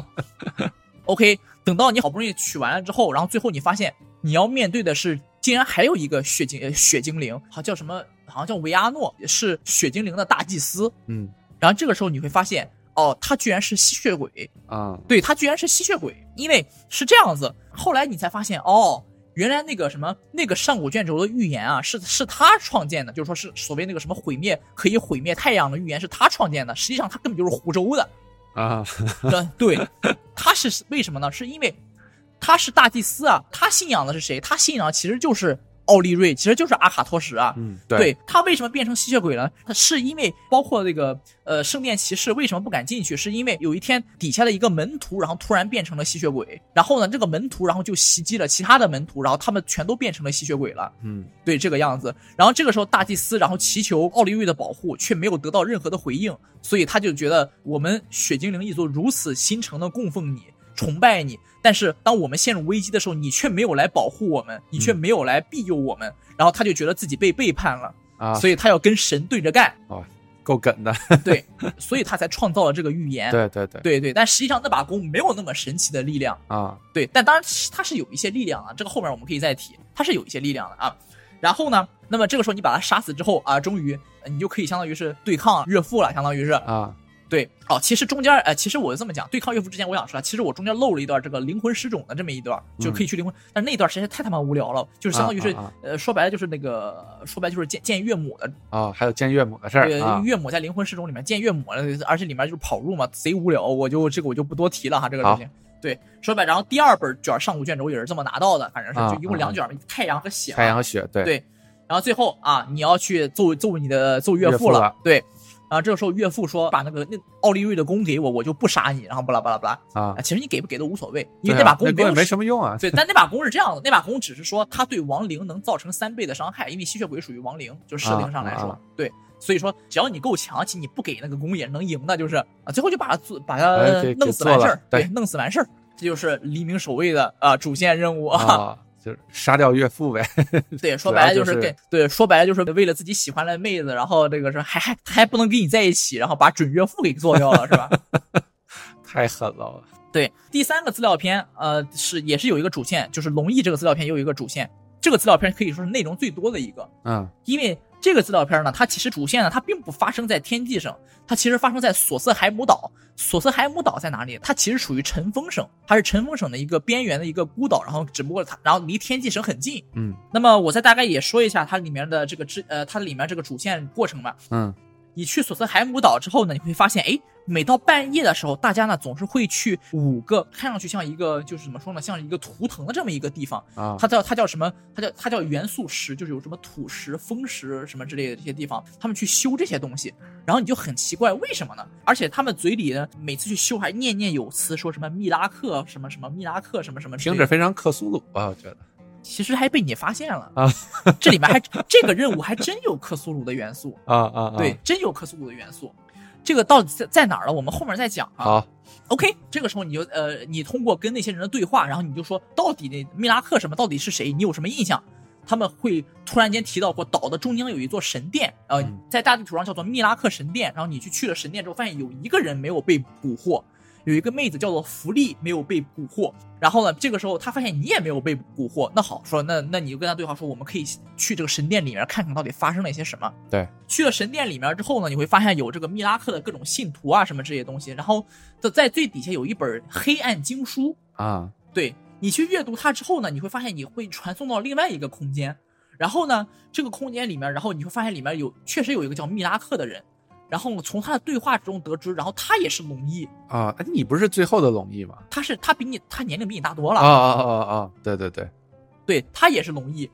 OK，等到你好不容易取完了之后，然后最后你发现你要面对的是，竟然还有一个血精呃血精灵，好像叫什么，好像叫维阿诺，是血精灵的大祭司。
嗯
然后这个时候你会发现，哦，他居然是吸血鬼，
啊，
对他居然是吸血鬼，因为是这样子。后来你才发现，哦，原来那个什么那个上古卷轴的预言啊，是是他创建的，就是说是所谓那个什么毁灭可以毁灭太阳的预言是他创建的，实际上他根本就是湖州的。
啊，
对对，他是为什么呢？是因为他是大祭司啊，他信仰的是谁？他信仰的其实就是奥利瑞，其实就是阿卡托什啊。
嗯，
他为什么变成吸血鬼了？是因为包括这个呃圣殿骑士为什么不敢进去？是因为有一天底下的一个门徒，然后突然变成了吸血鬼，然后呢这个门徒然后就袭击了其他的门徒，然后他们全都变成了吸血鬼了。
嗯
对这个样子。然后这个时候大祭司然后祈求奥利瑞的保护，却没有得到任何的回应，所以他就觉得我们血精灵一族如此心诚的供奉你。崇拜你，但是当我们陷入危机的时候，你却没有来保护我们，你却没有来庇佑我们，然后他就觉得自己被背叛了，
啊，
所以他要跟神对着 干，
够梗 的，
对，所以他才创造了这个预言。
对对对
对对，但实际上那把弓没有那么神奇的力量，
啊，
对，但当然是它是有一些力量啊，这个后面我们可以再提，它是有一些力量的啊。然后呢，那么这个时候你把它杀死之后啊，终于呃你就可以相当于是对抗岳父了，相当于是
啊，
对哦。其实中间呃，其实我这么讲，对抗岳父之前，我想说啊，其实我中间漏了一段这个灵魂失种的这么一段，就可以去灵魂，但是那段实在太他妈无聊了，就是相当于是、
嗯啊啊啊
呃，说白了就是那个说白了就是见见岳母的
哦，还有见岳母的事
对
儿，啊，
岳母在灵魂失踪里面见岳母了，而且里面就是跑路嘛，贼无聊。我就这个我就不多提了哈，这个事情。对，说白了，然后第二本卷上古卷轴也是这么拿到的，反正
啊
是就一共两卷，太阳和血嘛。
太阳和雪，对
对，然后最后啊，你要去揍揍你的揍岳
岳
父
父
了，
了
对。然后这个时候岳父说：“把那个那奥利瑞的弓给我，我就不杀你。”然后巴拉巴拉巴拉
啊
啊，，其实你给不给都无所谓，因
对
为
啊
那把弓
那
有
也没
使
什么用 啊，
对，但那把弓是这样的，那把弓只是说它对亡灵能造成三倍的伤害，因为吸血鬼属于亡灵，就是设定上来说，
啊啊
对，所以说只要你够强，其实你不给那个弓也能赢的，就是啊，最后就把它做把它
哎给
弄
给
死
做
完事
了
儿，对，
对
弄死完事儿，这就是黎明守卫的啊、主线任务啊，
啊， 就是杀掉岳父呗，
对，说
主
白
要
了
就是是
给对，说白了就是为了自己喜欢的妹子，然后这个是还还还不能跟你在一起，然后把准岳父给做掉了，是吧？
太狠了，
对，第三个资料片，呃，是也是有一个主线，就是龙翼这个资料片也有一个主线，这个资料片可以说是内容最多的一个，
嗯
因为这个资料片呢，它其实主线呢，它并不发生在天际上，它其实发生在索斯海姆岛。索斯海姆岛在哪里？它其实属于尘封省，它是尘封省的一个边缘的一个孤岛，然后只不过它，然后离天际省很近。
嗯
那么我再大概也说一下它里面的这个支，呃，它里面这个主线过程吧。
嗯
你去索斯海姆岛之后呢，你会发现，哎，每到半夜的时候，大家呢总是会去五个看上去像一个就是怎么说呢，像一个图腾的这么一个地方，
啊
它叫它叫什么？它叫它叫元素石，就是有什么土石、风石什么之类的这些地方，他们去修这些东西，然后你就很奇怪为什么呢？而且他们嘴里呢每次去修还念念有词，说什么密拉克什么什么密拉克什么什么之
听
类的，
着非常克苏鲁啊，我觉得
其实还被你发现了
啊！
这里面还这个任务还真有克苏鲁的元素。
啊啊啊，
对，，真有克苏鲁的元素。这个到底在在哪儿了？我们后面再讲啊。
好，
OK，这个时候你就呃，你通过跟那些人的对话，然后你就说到底那密拉克什么到底是谁？你有什么印象？他们会突然间提到过岛的中央有一座神殿，呃
嗯，
在大地图上叫做密拉克神殿。然后你去去了神殿之后，发现有一个人没有被捕获，有一个妹子叫做福利没有被蛊惑，然后呢，这个时候他发现你也没有被蛊惑，那好，说那那你就跟他对话说，我们可以去这个神殿里面看看到底发生了一些什么。
对，
去了神殿里面之后呢，你会发现有这个密拉克的各种信徒啊什么这些东西，然后在在最底下有一本黑暗经书，
啊，
对你去阅读它之后呢，你会发现你会传送到另外一个空间，然后呢，这个空间里面，然后你会发现里面有确实有一个叫密拉克的人，然后从他的对话中得知，然后他也是龙裔。
啊，哎你不是最后的龙翼吗？
他是他比你他年龄比你大多
啊
了，
啊啊啊啊！对对对，
对他也是龙裔，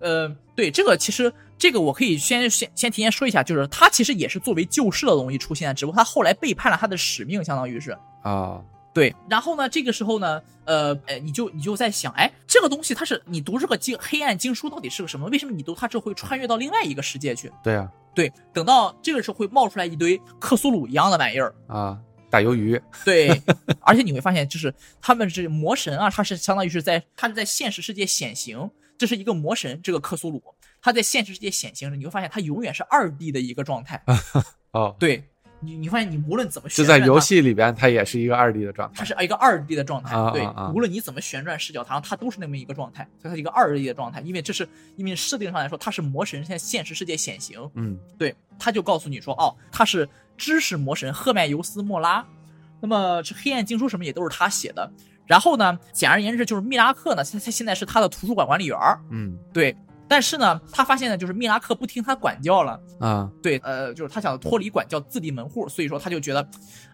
呃，对这个其实这个我可以先先先提前说一下，就是他其实也是作为救世的龙裔出现的，只不过他后来背叛了他的使命，相当于是
啊，
对。然后呢，这个时候呢，呃，呃，你就你就在想，哎，这个东西它是你读这个经黑暗经书到底是个什么？为什么你读它之后会穿越到另外一个世界去？
对啊，
对，等到这个时候会冒出来一堆克苏鲁一样的玩意儿，
啊，打鱿鱼，
对，而且你会发现，就是他们是魔神啊，他是相当于是在他是在现实世界显形，这是一个魔神，这个克苏鲁，他在现实世界显形，你会发现他永远是二 D 的一个状态。
哦，
对你，你发现你无论怎么
就
旋
在
转它，
游戏里边，它也是一个二 D 的状
它
态，
是一个二 D 的状态。
啊
对
啊啊，
无论你怎么旋转视角，它它都是那么一个状态，所以它是一个二 D 的状态，因为这是因为设定上来说，它是魔神在现实世界显形，
嗯，
对，他就告诉你说，哦，他是知识魔神赫迈尤斯·莫拉，那么这黑暗经书什么也都是他写的。然后呢，简而言之就是密拉克呢，他他现在是他的图书馆管理员儿，
嗯
对。但是呢，他发现呢，就是密拉克不听他管教了，
啊，
对，呃，就是他想脱离管教，自立门户，所以说他就觉得，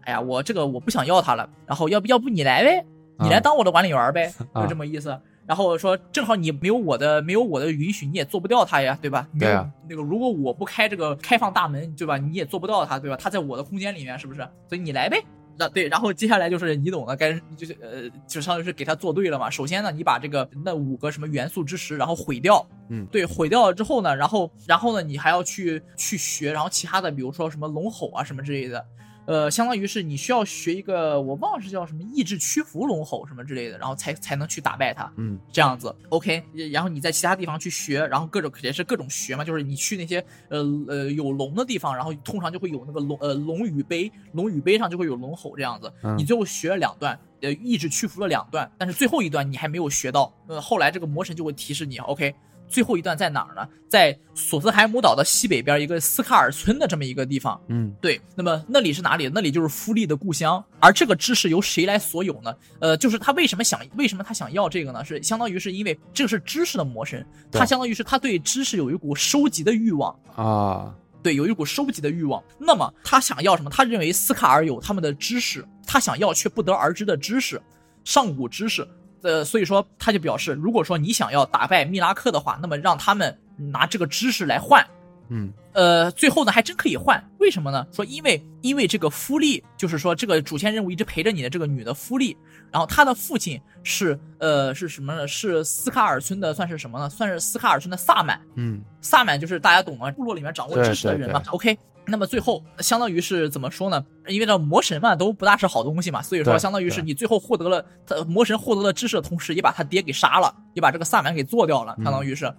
哎呀，我这个我不想要他了，然后要不要不你来呗，你来当我的管理员儿呗，
啊
就这么意思。然后说，正好你没有我的没有我的允许，你也做不掉他呀，对吧？没有
对啊
那个，如果我不开这个开放大门，对吧？你也做不到他，对吧？他在我的空间里面，是不是？所以你来呗。那对，然后接下来就是你懂的，该就是呃，就相当于是给他做对了嘛。首先呢，你把这个那五个什么元素之石，然后毁掉，
嗯
对，毁掉了之后呢，然后然后呢，你还要去去学，然后其他的，比如说什么龙吼啊什么之类的，呃，相当于是你需要学一个，我忘了是叫什么意志屈服龙吼什么之类的，然后才才能去打败他。
嗯
这样子，OK，然后你在其他地方去学，然后各种也是各种学嘛，就是你去那些呃呃有龙的地方，然后通常就会有那个龙呃龙语碑，龙语碑上就会有龙吼这样子
嗯。
你最后学了两段，呃，意志屈服了两段，但是最后一段你还没有学到，呃，后来这个魔神就会提示你，OK，最后一段在哪儿呢？在索斯海姆岛的西北边一个斯卡尔村的这么一个地方。
嗯
对，那么那里是哪里？那里就是夫利的故乡。而这个知识由谁来所有呢？呃，就是他为什么想，为什么他想要这个呢？是相当于是因为这是知识的魔神，
对
他相当于是他对知识有一股收集的欲望，
啊，
对，有一股收集的欲望。那么他想要什么？他认为斯卡尔有他们的知识，他想要却不得而知的知识，上古知识。呃，所以说他就表示，如果说你想要打败密拉克的话，那么让他们拿这个知识来换，
嗯
呃，最后呢还真可以换，为什么呢？说因为因为这个夫利，就是说这个主线任务一直陪着你的这个女的夫利，然后她的父亲是呃是什么呢？是斯卡尔村的，算是什么呢？算是斯卡尔村的萨满。
嗯
萨满就是大家懂吗？部落里面掌握知识的人嘛
对。
OK，那么最后相当于是怎么说呢？因为这魔神嘛都不大是好东西嘛，所以说
对
相当于是
对
你最后获得了他魔神获得了知识的同时，也把他爹给杀了，也把这个萨满给做掉了，
嗯
相当于是。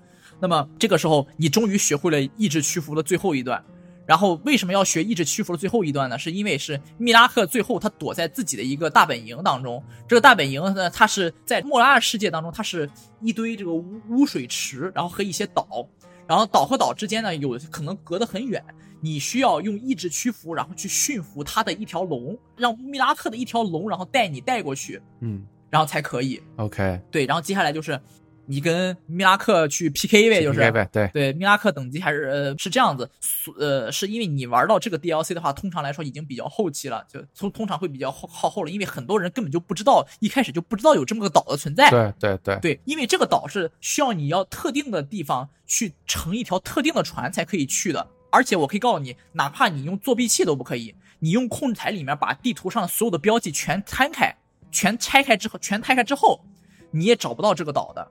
那么这个时候你终于学会了意志屈服的最后一段。然后为什么要学意志屈服的最后一段呢？是因为是密拉克最后他躲在自己的一个大本营当中，这个大本营呢，它是在莫拉的世界当中，它是一堆这个污污水池，然后和一些岛，然后岛和岛之间呢有可能隔得很远，你需要用意志屈服，然后去驯服它的一条龙，让密拉克的一条龙，然后带你带过去，
嗯
然后才可以。
，OK，
对，然后接下来就是你跟密拉克去 PK 呗，就是
呗，对，
对，密拉克等级还是呃是这样子，所呃，是因为你玩到这个 DLC 的话，通常来说已经比较后期了，就通通常会比较靠靠后了，因为很多人根本就不知道，一开始就不知道有这么个岛的存在。
对对对，
对，因为这个岛是需要你要特定的地方去乘一条特定的船才可以去的，而且我可以告诉你，哪怕你用作弊器都不可以，你用控制台里面把地图上所有的标记全摊开，全拆开之后，全拆开之后，你也找不到这个岛的。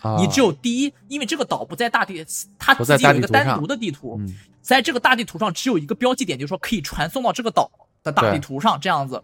啊
你只有第一，因为这个岛不在大地，它
不
自
在
己有一个
大地图
单
上
独的地图，
嗯
在这个大地图上只有一个标记点，就是说可以传送到这个岛的大地图上，这样子。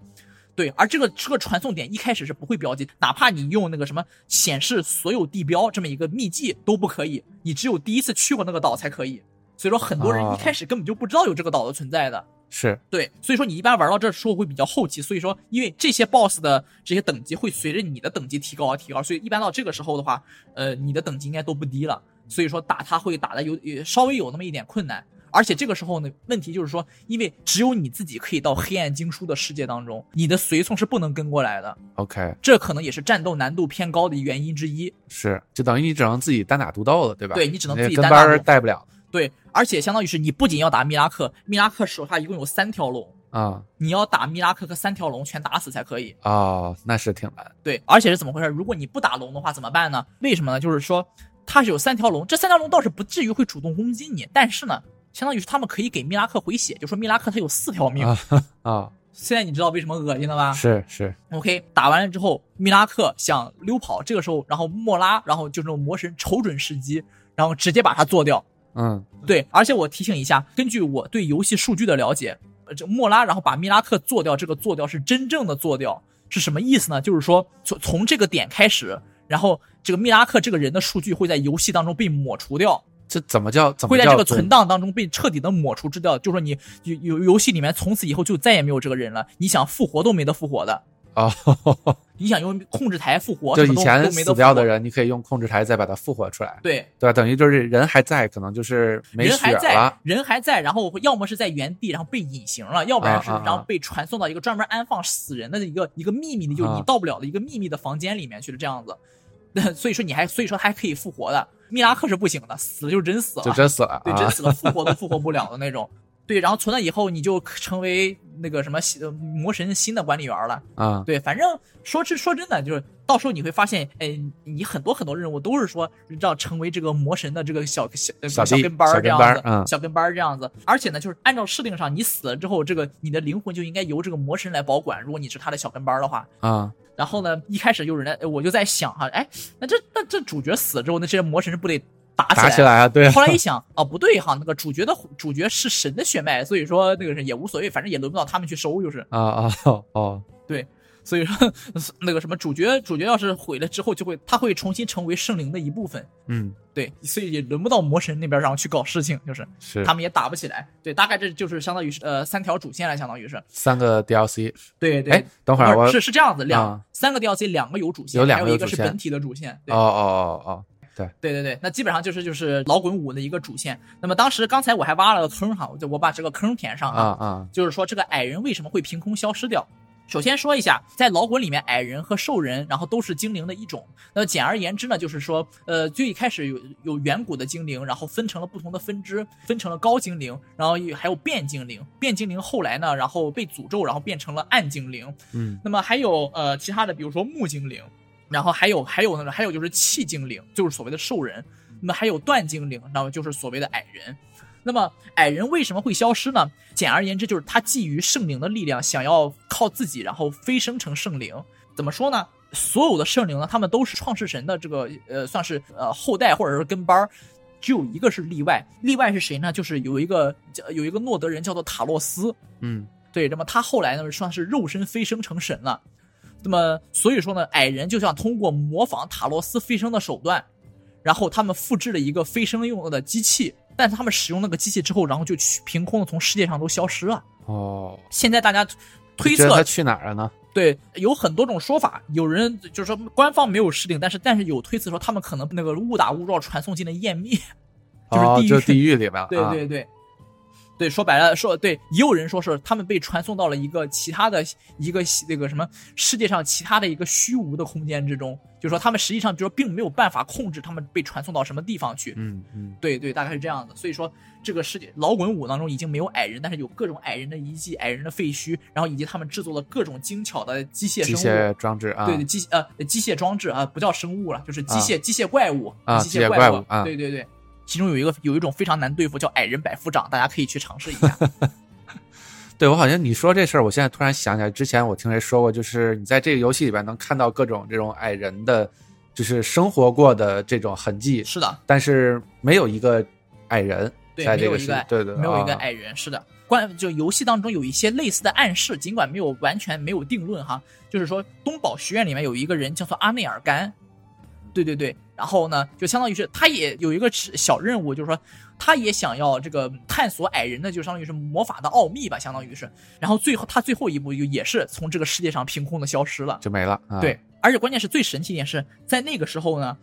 对，而这个这个传送点一开始是不会标记，哪怕你用那个什么显示所有地标这么一个秘技都不可以，你只有第一次去过那个岛才可以。所以说，很多人
哦
一开始根本就不知道有这个岛的存在的。
是
对，所以说你一般玩到这儿时候会比较后期，所以说因为这些 BOSS 的这些等级会随着你的等级提高而啊提高，所以一般到这个时候的话，呃，你的等级应该都不低了，所以说打它会打的有有稍微有那么一点困难，而且这个时候呢，问题就是说，因为只有你自己可以到黑暗经书的世界当中，你的随从是不能跟过来的，
OK，
这可能也是战斗难度偏高的原因之一。
是就等于你只能自己单打独斗了，对吧？
对你只能自己
跟
单
班
打
儿
独斗
带不了
对，而且相当于是你不仅要打米拉克，米拉克手下一共有三条龙，
啊
你要打米拉克和三条龙全打死才可以。
哦，那是挺难
对，而且是怎么回事？如果你不打龙的话，怎么办呢？为什么呢？就是说它是有三条龙，这三条龙倒是不至于会主动攻击你，但是呢，相当于是他们可以给密拉克回血，就说密拉克他有四条命。
啊啊，
现在你知道为什么恶心了吧
是是
？OK，打完了之后，密拉克想溜跑，这个时候，然后莫拉，然后就是那种魔神瞅准时机，然后直接把他做掉。
嗯
对，而且我提醒一下，根据我对游戏数据的了解，呃这莫拉然后把米拉克做掉，这个做掉是真正的做掉，是什么意思呢？就是说从从这个点开始，然后这个米拉克这个人的数据会在游戏当中被抹除掉，
这怎么叫怎么
会
叫
在这个
做
存档当中被彻底的抹除之掉，就是说你游游游戏里面从此以后就再也没有这个人了，你想复活都没得复活的。
哦，
你想用控制台复活，
就
啊什
以
么都
前
都没得
死掉
复活
的，人，你可以用控制台再把它复活出来，
对，
对吧？等于就是人还在，可能就是没
人还
血
在啊
了，，
人还在，然后要么是在原地，然后被隐形了，要不然是
啊啊啊
然后被传送到一个专门安放死人的一个一个秘密的，就你
啊
到不了的一个秘密的房间里面去了，这样子。 所以说你还所以说还可以复活的，密拉克是不行的，死了就真死了，
就真死了
对，真
啊！
死了，复活 都复活不了的那种。对，然后存了以后，你就成为那个什么新呃魔神新的管理员了。
啊，
对，反正说是说真的，就是到时候你会发现，哎，你很多很多任务都是说让成为这个魔神的这个小小呃
小
小
弟
跟班
小
儿这
跟
样
班儿
子，
嗯
小跟班儿这样子。而且呢，就是按照设定上，你死了之后，这个你的灵魂就应该由这个魔神来保管。如果你是他的小跟班儿的话，
啊，
然后呢，一开始有人来，呃我就在想哈，哎，那这那这主角死了之后，那这些魔神是不得打起
打起来啊，对啊，
后来一想，哦，不对哈，那个主角的主角是神的血脉，所以说那个是也无所谓，反正也轮不到他们去收，就是。
啊啊哦哦，
所以说那个什么主角主角要是毁了之后，就会他会重新成为圣灵的一部分。
嗯，
对，所以也轮不到魔神那边然后去搞事情，就是
是
他们也打不起来。对，大概这就是相当于是呃三条主线了，相当于是。
三个 DLC。
对对。
哎，等会儿
不
我
是是是这样子，两、
啊
三个 DLC 两个有主线，
有两个
还有
有
一个
主
是
线
本体的主线。对
哦哦哦
对对对，那基本上就是就是老滚五的一个主线。那么当时刚才我还挖了个坑哈，我就我把这个坑填上
哦啊啊
就是说这个矮人为什么会凭空消失掉。首先说一下，在老滚里面，矮人和兽人，然后都是精灵的一种。那简而言之呢，就是说，呃，最一开始有有远古的精灵，然后分成了不同的分支，分成了高精灵，然后也还有变精灵。变精灵后来呢，然后被诅咒，然后变成了暗精灵。
嗯
那么还有呃其他的，比如说木精灵，然后还有还有那种还有就是气精灵，就是所谓的兽人，那么还有断精灵，然后就是所谓的矮人。那么矮人为什么会消失呢？简而言之，就是他觊觎圣灵的力量，想要靠自己然后飞升成圣灵。怎么说呢？所有的圣灵呢，他们都是创世神的这个呃，算是呃后代或者是跟班儿，只有一个是例外。例外是谁呢？就是有一个叫有一个诺德人叫做塔洛斯，
嗯
对，那么他后来呢，算是肉身飞升成神了。那么所以说呢，矮人就想通过模仿塔罗斯飞升的手段，然后他们复制了一个飞升用的机器，但是他们使用那个机器之后，然后就去凭空的从世界上都消失了。
哦，
现在大家推
觉得
测
他去哪儿了呢？
对，有很多种说法，有人就是说官方没有试定，但是但是有推测说他们可能那个误打误撞传送进了页面，就是
哦，
地狱
就地狱里面了。 啊
对对对，对，说白了，说对，也有人说是他们被传送到了一个其他的一个那个什么世界上其他的一个虚无的空间之中，就是说他们实际上就是说并没有办法控制他们被传送到什么地方去。
嗯嗯
对对，大概是这样的。所以说，这个世界老滚五当中已经没有矮人，但是有各种矮人的遗迹、矮人的废墟，然后以及他们制作的各种精巧的机械
机
生物。
械装置啊，
对对，机呃机械装置啊，不叫生物了，就是机械、机械怪物
啊
机
机械
怪
怪物啊
对对对，其中有一个有一种非常难对付，叫矮人百夫长，大家可以去尝试一 下。
对我好像你说这事儿，我现在突然想起来，之前我听谁说过，就是你在这个游戏里边能看到各种这种矮人的，就是生活过的这种痕迹，
是的，
但是没有一个矮人
对，
在
没
这
有
个
一
世
个
对对，
没有一个
啊
矮人，是的。关就游戏当中有一些类似的暗示，尽管没有完全没有定论哈，就是说东宝学院里面有一个人叫做阿内尔甘，对对对，然后呢，就相当于是他也有一个小任务，就是说他也想要这个探索矮人的，就相当于是魔法的奥秘吧，相当于是，然后最后他最后一步就也是从这个世界上凭空的消失了，
就没了。啊、
对，，而且关键是最神奇一点是在那个时候呢，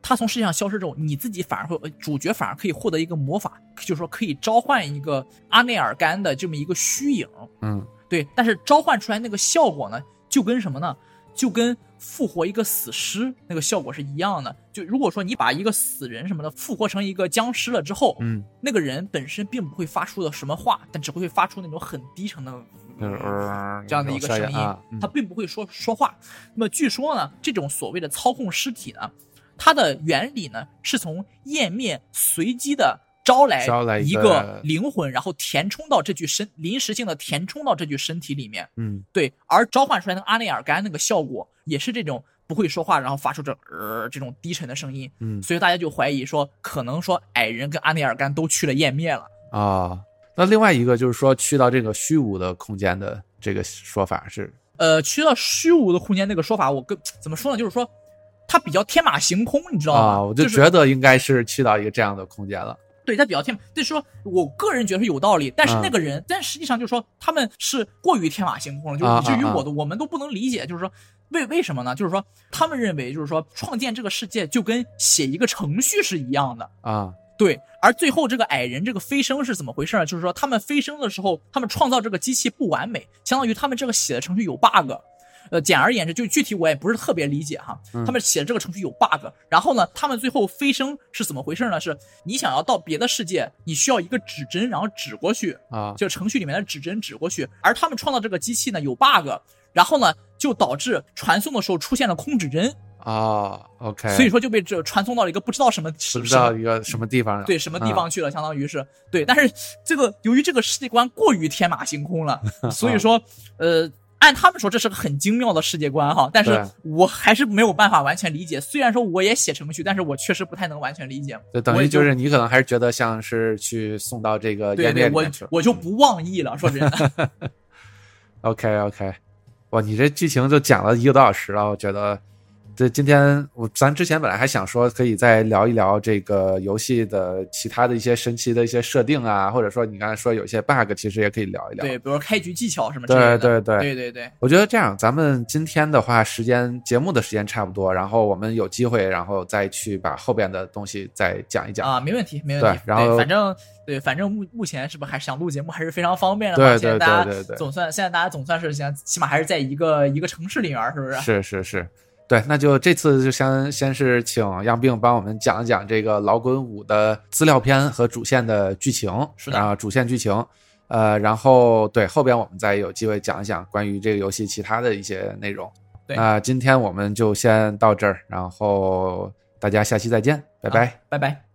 他从世界上消失之后，你自己反而会，呃主角反而可以获得一个魔法，就是说可以召唤一个阿内尔甘的这么一个虚影。
嗯，
对，但是召唤出来那个效果呢，就跟什么呢？就跟复活一个死尸那个效果是一样的。就如果说你把一个死人什么的复活成一个僵尸了之后，
嗯，
那个人本身并不会发出的什么话，但只会发出那种很低沉的
就是呃
嗯这样的一个声
有
音，
声音啊嗯
它并不会说说话。那么据说呢，这种所谓的操控尸体呢，它的原理呢是从页面随机的招来
招来一
一
个
个灵魂，然后填充到这具身临时性的填充到这具身体里面。
嗯，
对，而召唤出来那个阿内尔甘那个效果也是这种不会说话，然后发出这呃这种低沉的声音。
嗯
所以大家就怀疑说，可能说矮人跟阿内尔甘都去了页面了。
啊、那另外一个就是说，去到这个虚无的空间的这个说法是，
呃，去到虚无的空间那个说法，我跟怎么说呢？就是说，它比较天马行空，你知道吗？
啊、我就
就是
觉得应该是去到一个这样的空间了。
对，他比较天马，就是说我个人觉得是有道理，但是
嗯
那个人，但实际上就是说他们是过于天马行空了，就是
啊
以至于
啊啊
我的、我们都不能理解，就是说为为什么呢？就是说他们认为就是说创建这个世界就跟写一个程序是一样的。
啊
对，而最后这个矮人这个飞升是怎么回事呢？就是说他们飞升的时候，他们创造这个机器不完美，相当于他们这个写的程序有 bug。呃，简而言之，就具体我也不是特别理解哈。他们写的这个程序有 bug，、然后呢，他们最后飞升是怎么回事呢？是你想要到别的世界，你需要一个指针，然后指过去，
啊
就程序里面的指针指过去。而他们创造这个机器呢有 bug，然后呢就导致传送的时候出现了空指针，
啊，OK，
所以说就被这传送到了一个不知道什么
不
什
知
什么
道一个什么地方，
对什么地方去了，相当于是对。但是这个由于这个世界观过于天马行 空了，所以说呃，按他们说这是个很精妙的世界观哈，但
对
是我还是没有办法完全理解。虽然说我也写程序，但是我确实不太能完全理解。
就等
我
于
也
就
就是
你可能还是觉得像是去送到这个
对
页
对，
面里
我
面去了。
我就不妄议了，说真 的。
OK OK，哇，你这剧情就讲了一个多小时了，我觉得这今天我咱之前本来还想说可以再聊一聊这个游戏的其他的一些神奇的一些设定啊，或者说你刚才说有些 bug，其实也可以聊一聊。
对，比如说开局技巧什么之类的。
对对对
对对对
我觉得这样，咱们今天的话，时间节目的时间差不多，然后我们有机会，然后再去把后边的东西再讲一讲。
啊，没问题，没问题
对。然后
反正对，反正目目前是不是还是想录节目还是非常方便的
对
嘛？
对
现在大
对对对
家总算现在大家总算是想，起码还是在一个一个城市里面，是不是？
是是是，对，那就这次就先先是请杨病帮我们讲一讲这个《老滚五》的资料片和主线的剧情，
是的
然后主线剧情，呃，然后对后边我们再有机会讲一讲关于这个游戏其他的一些内容。
对
那今天我们就先到这儿，然后大家下期再见，拜拜。
啊拜拜。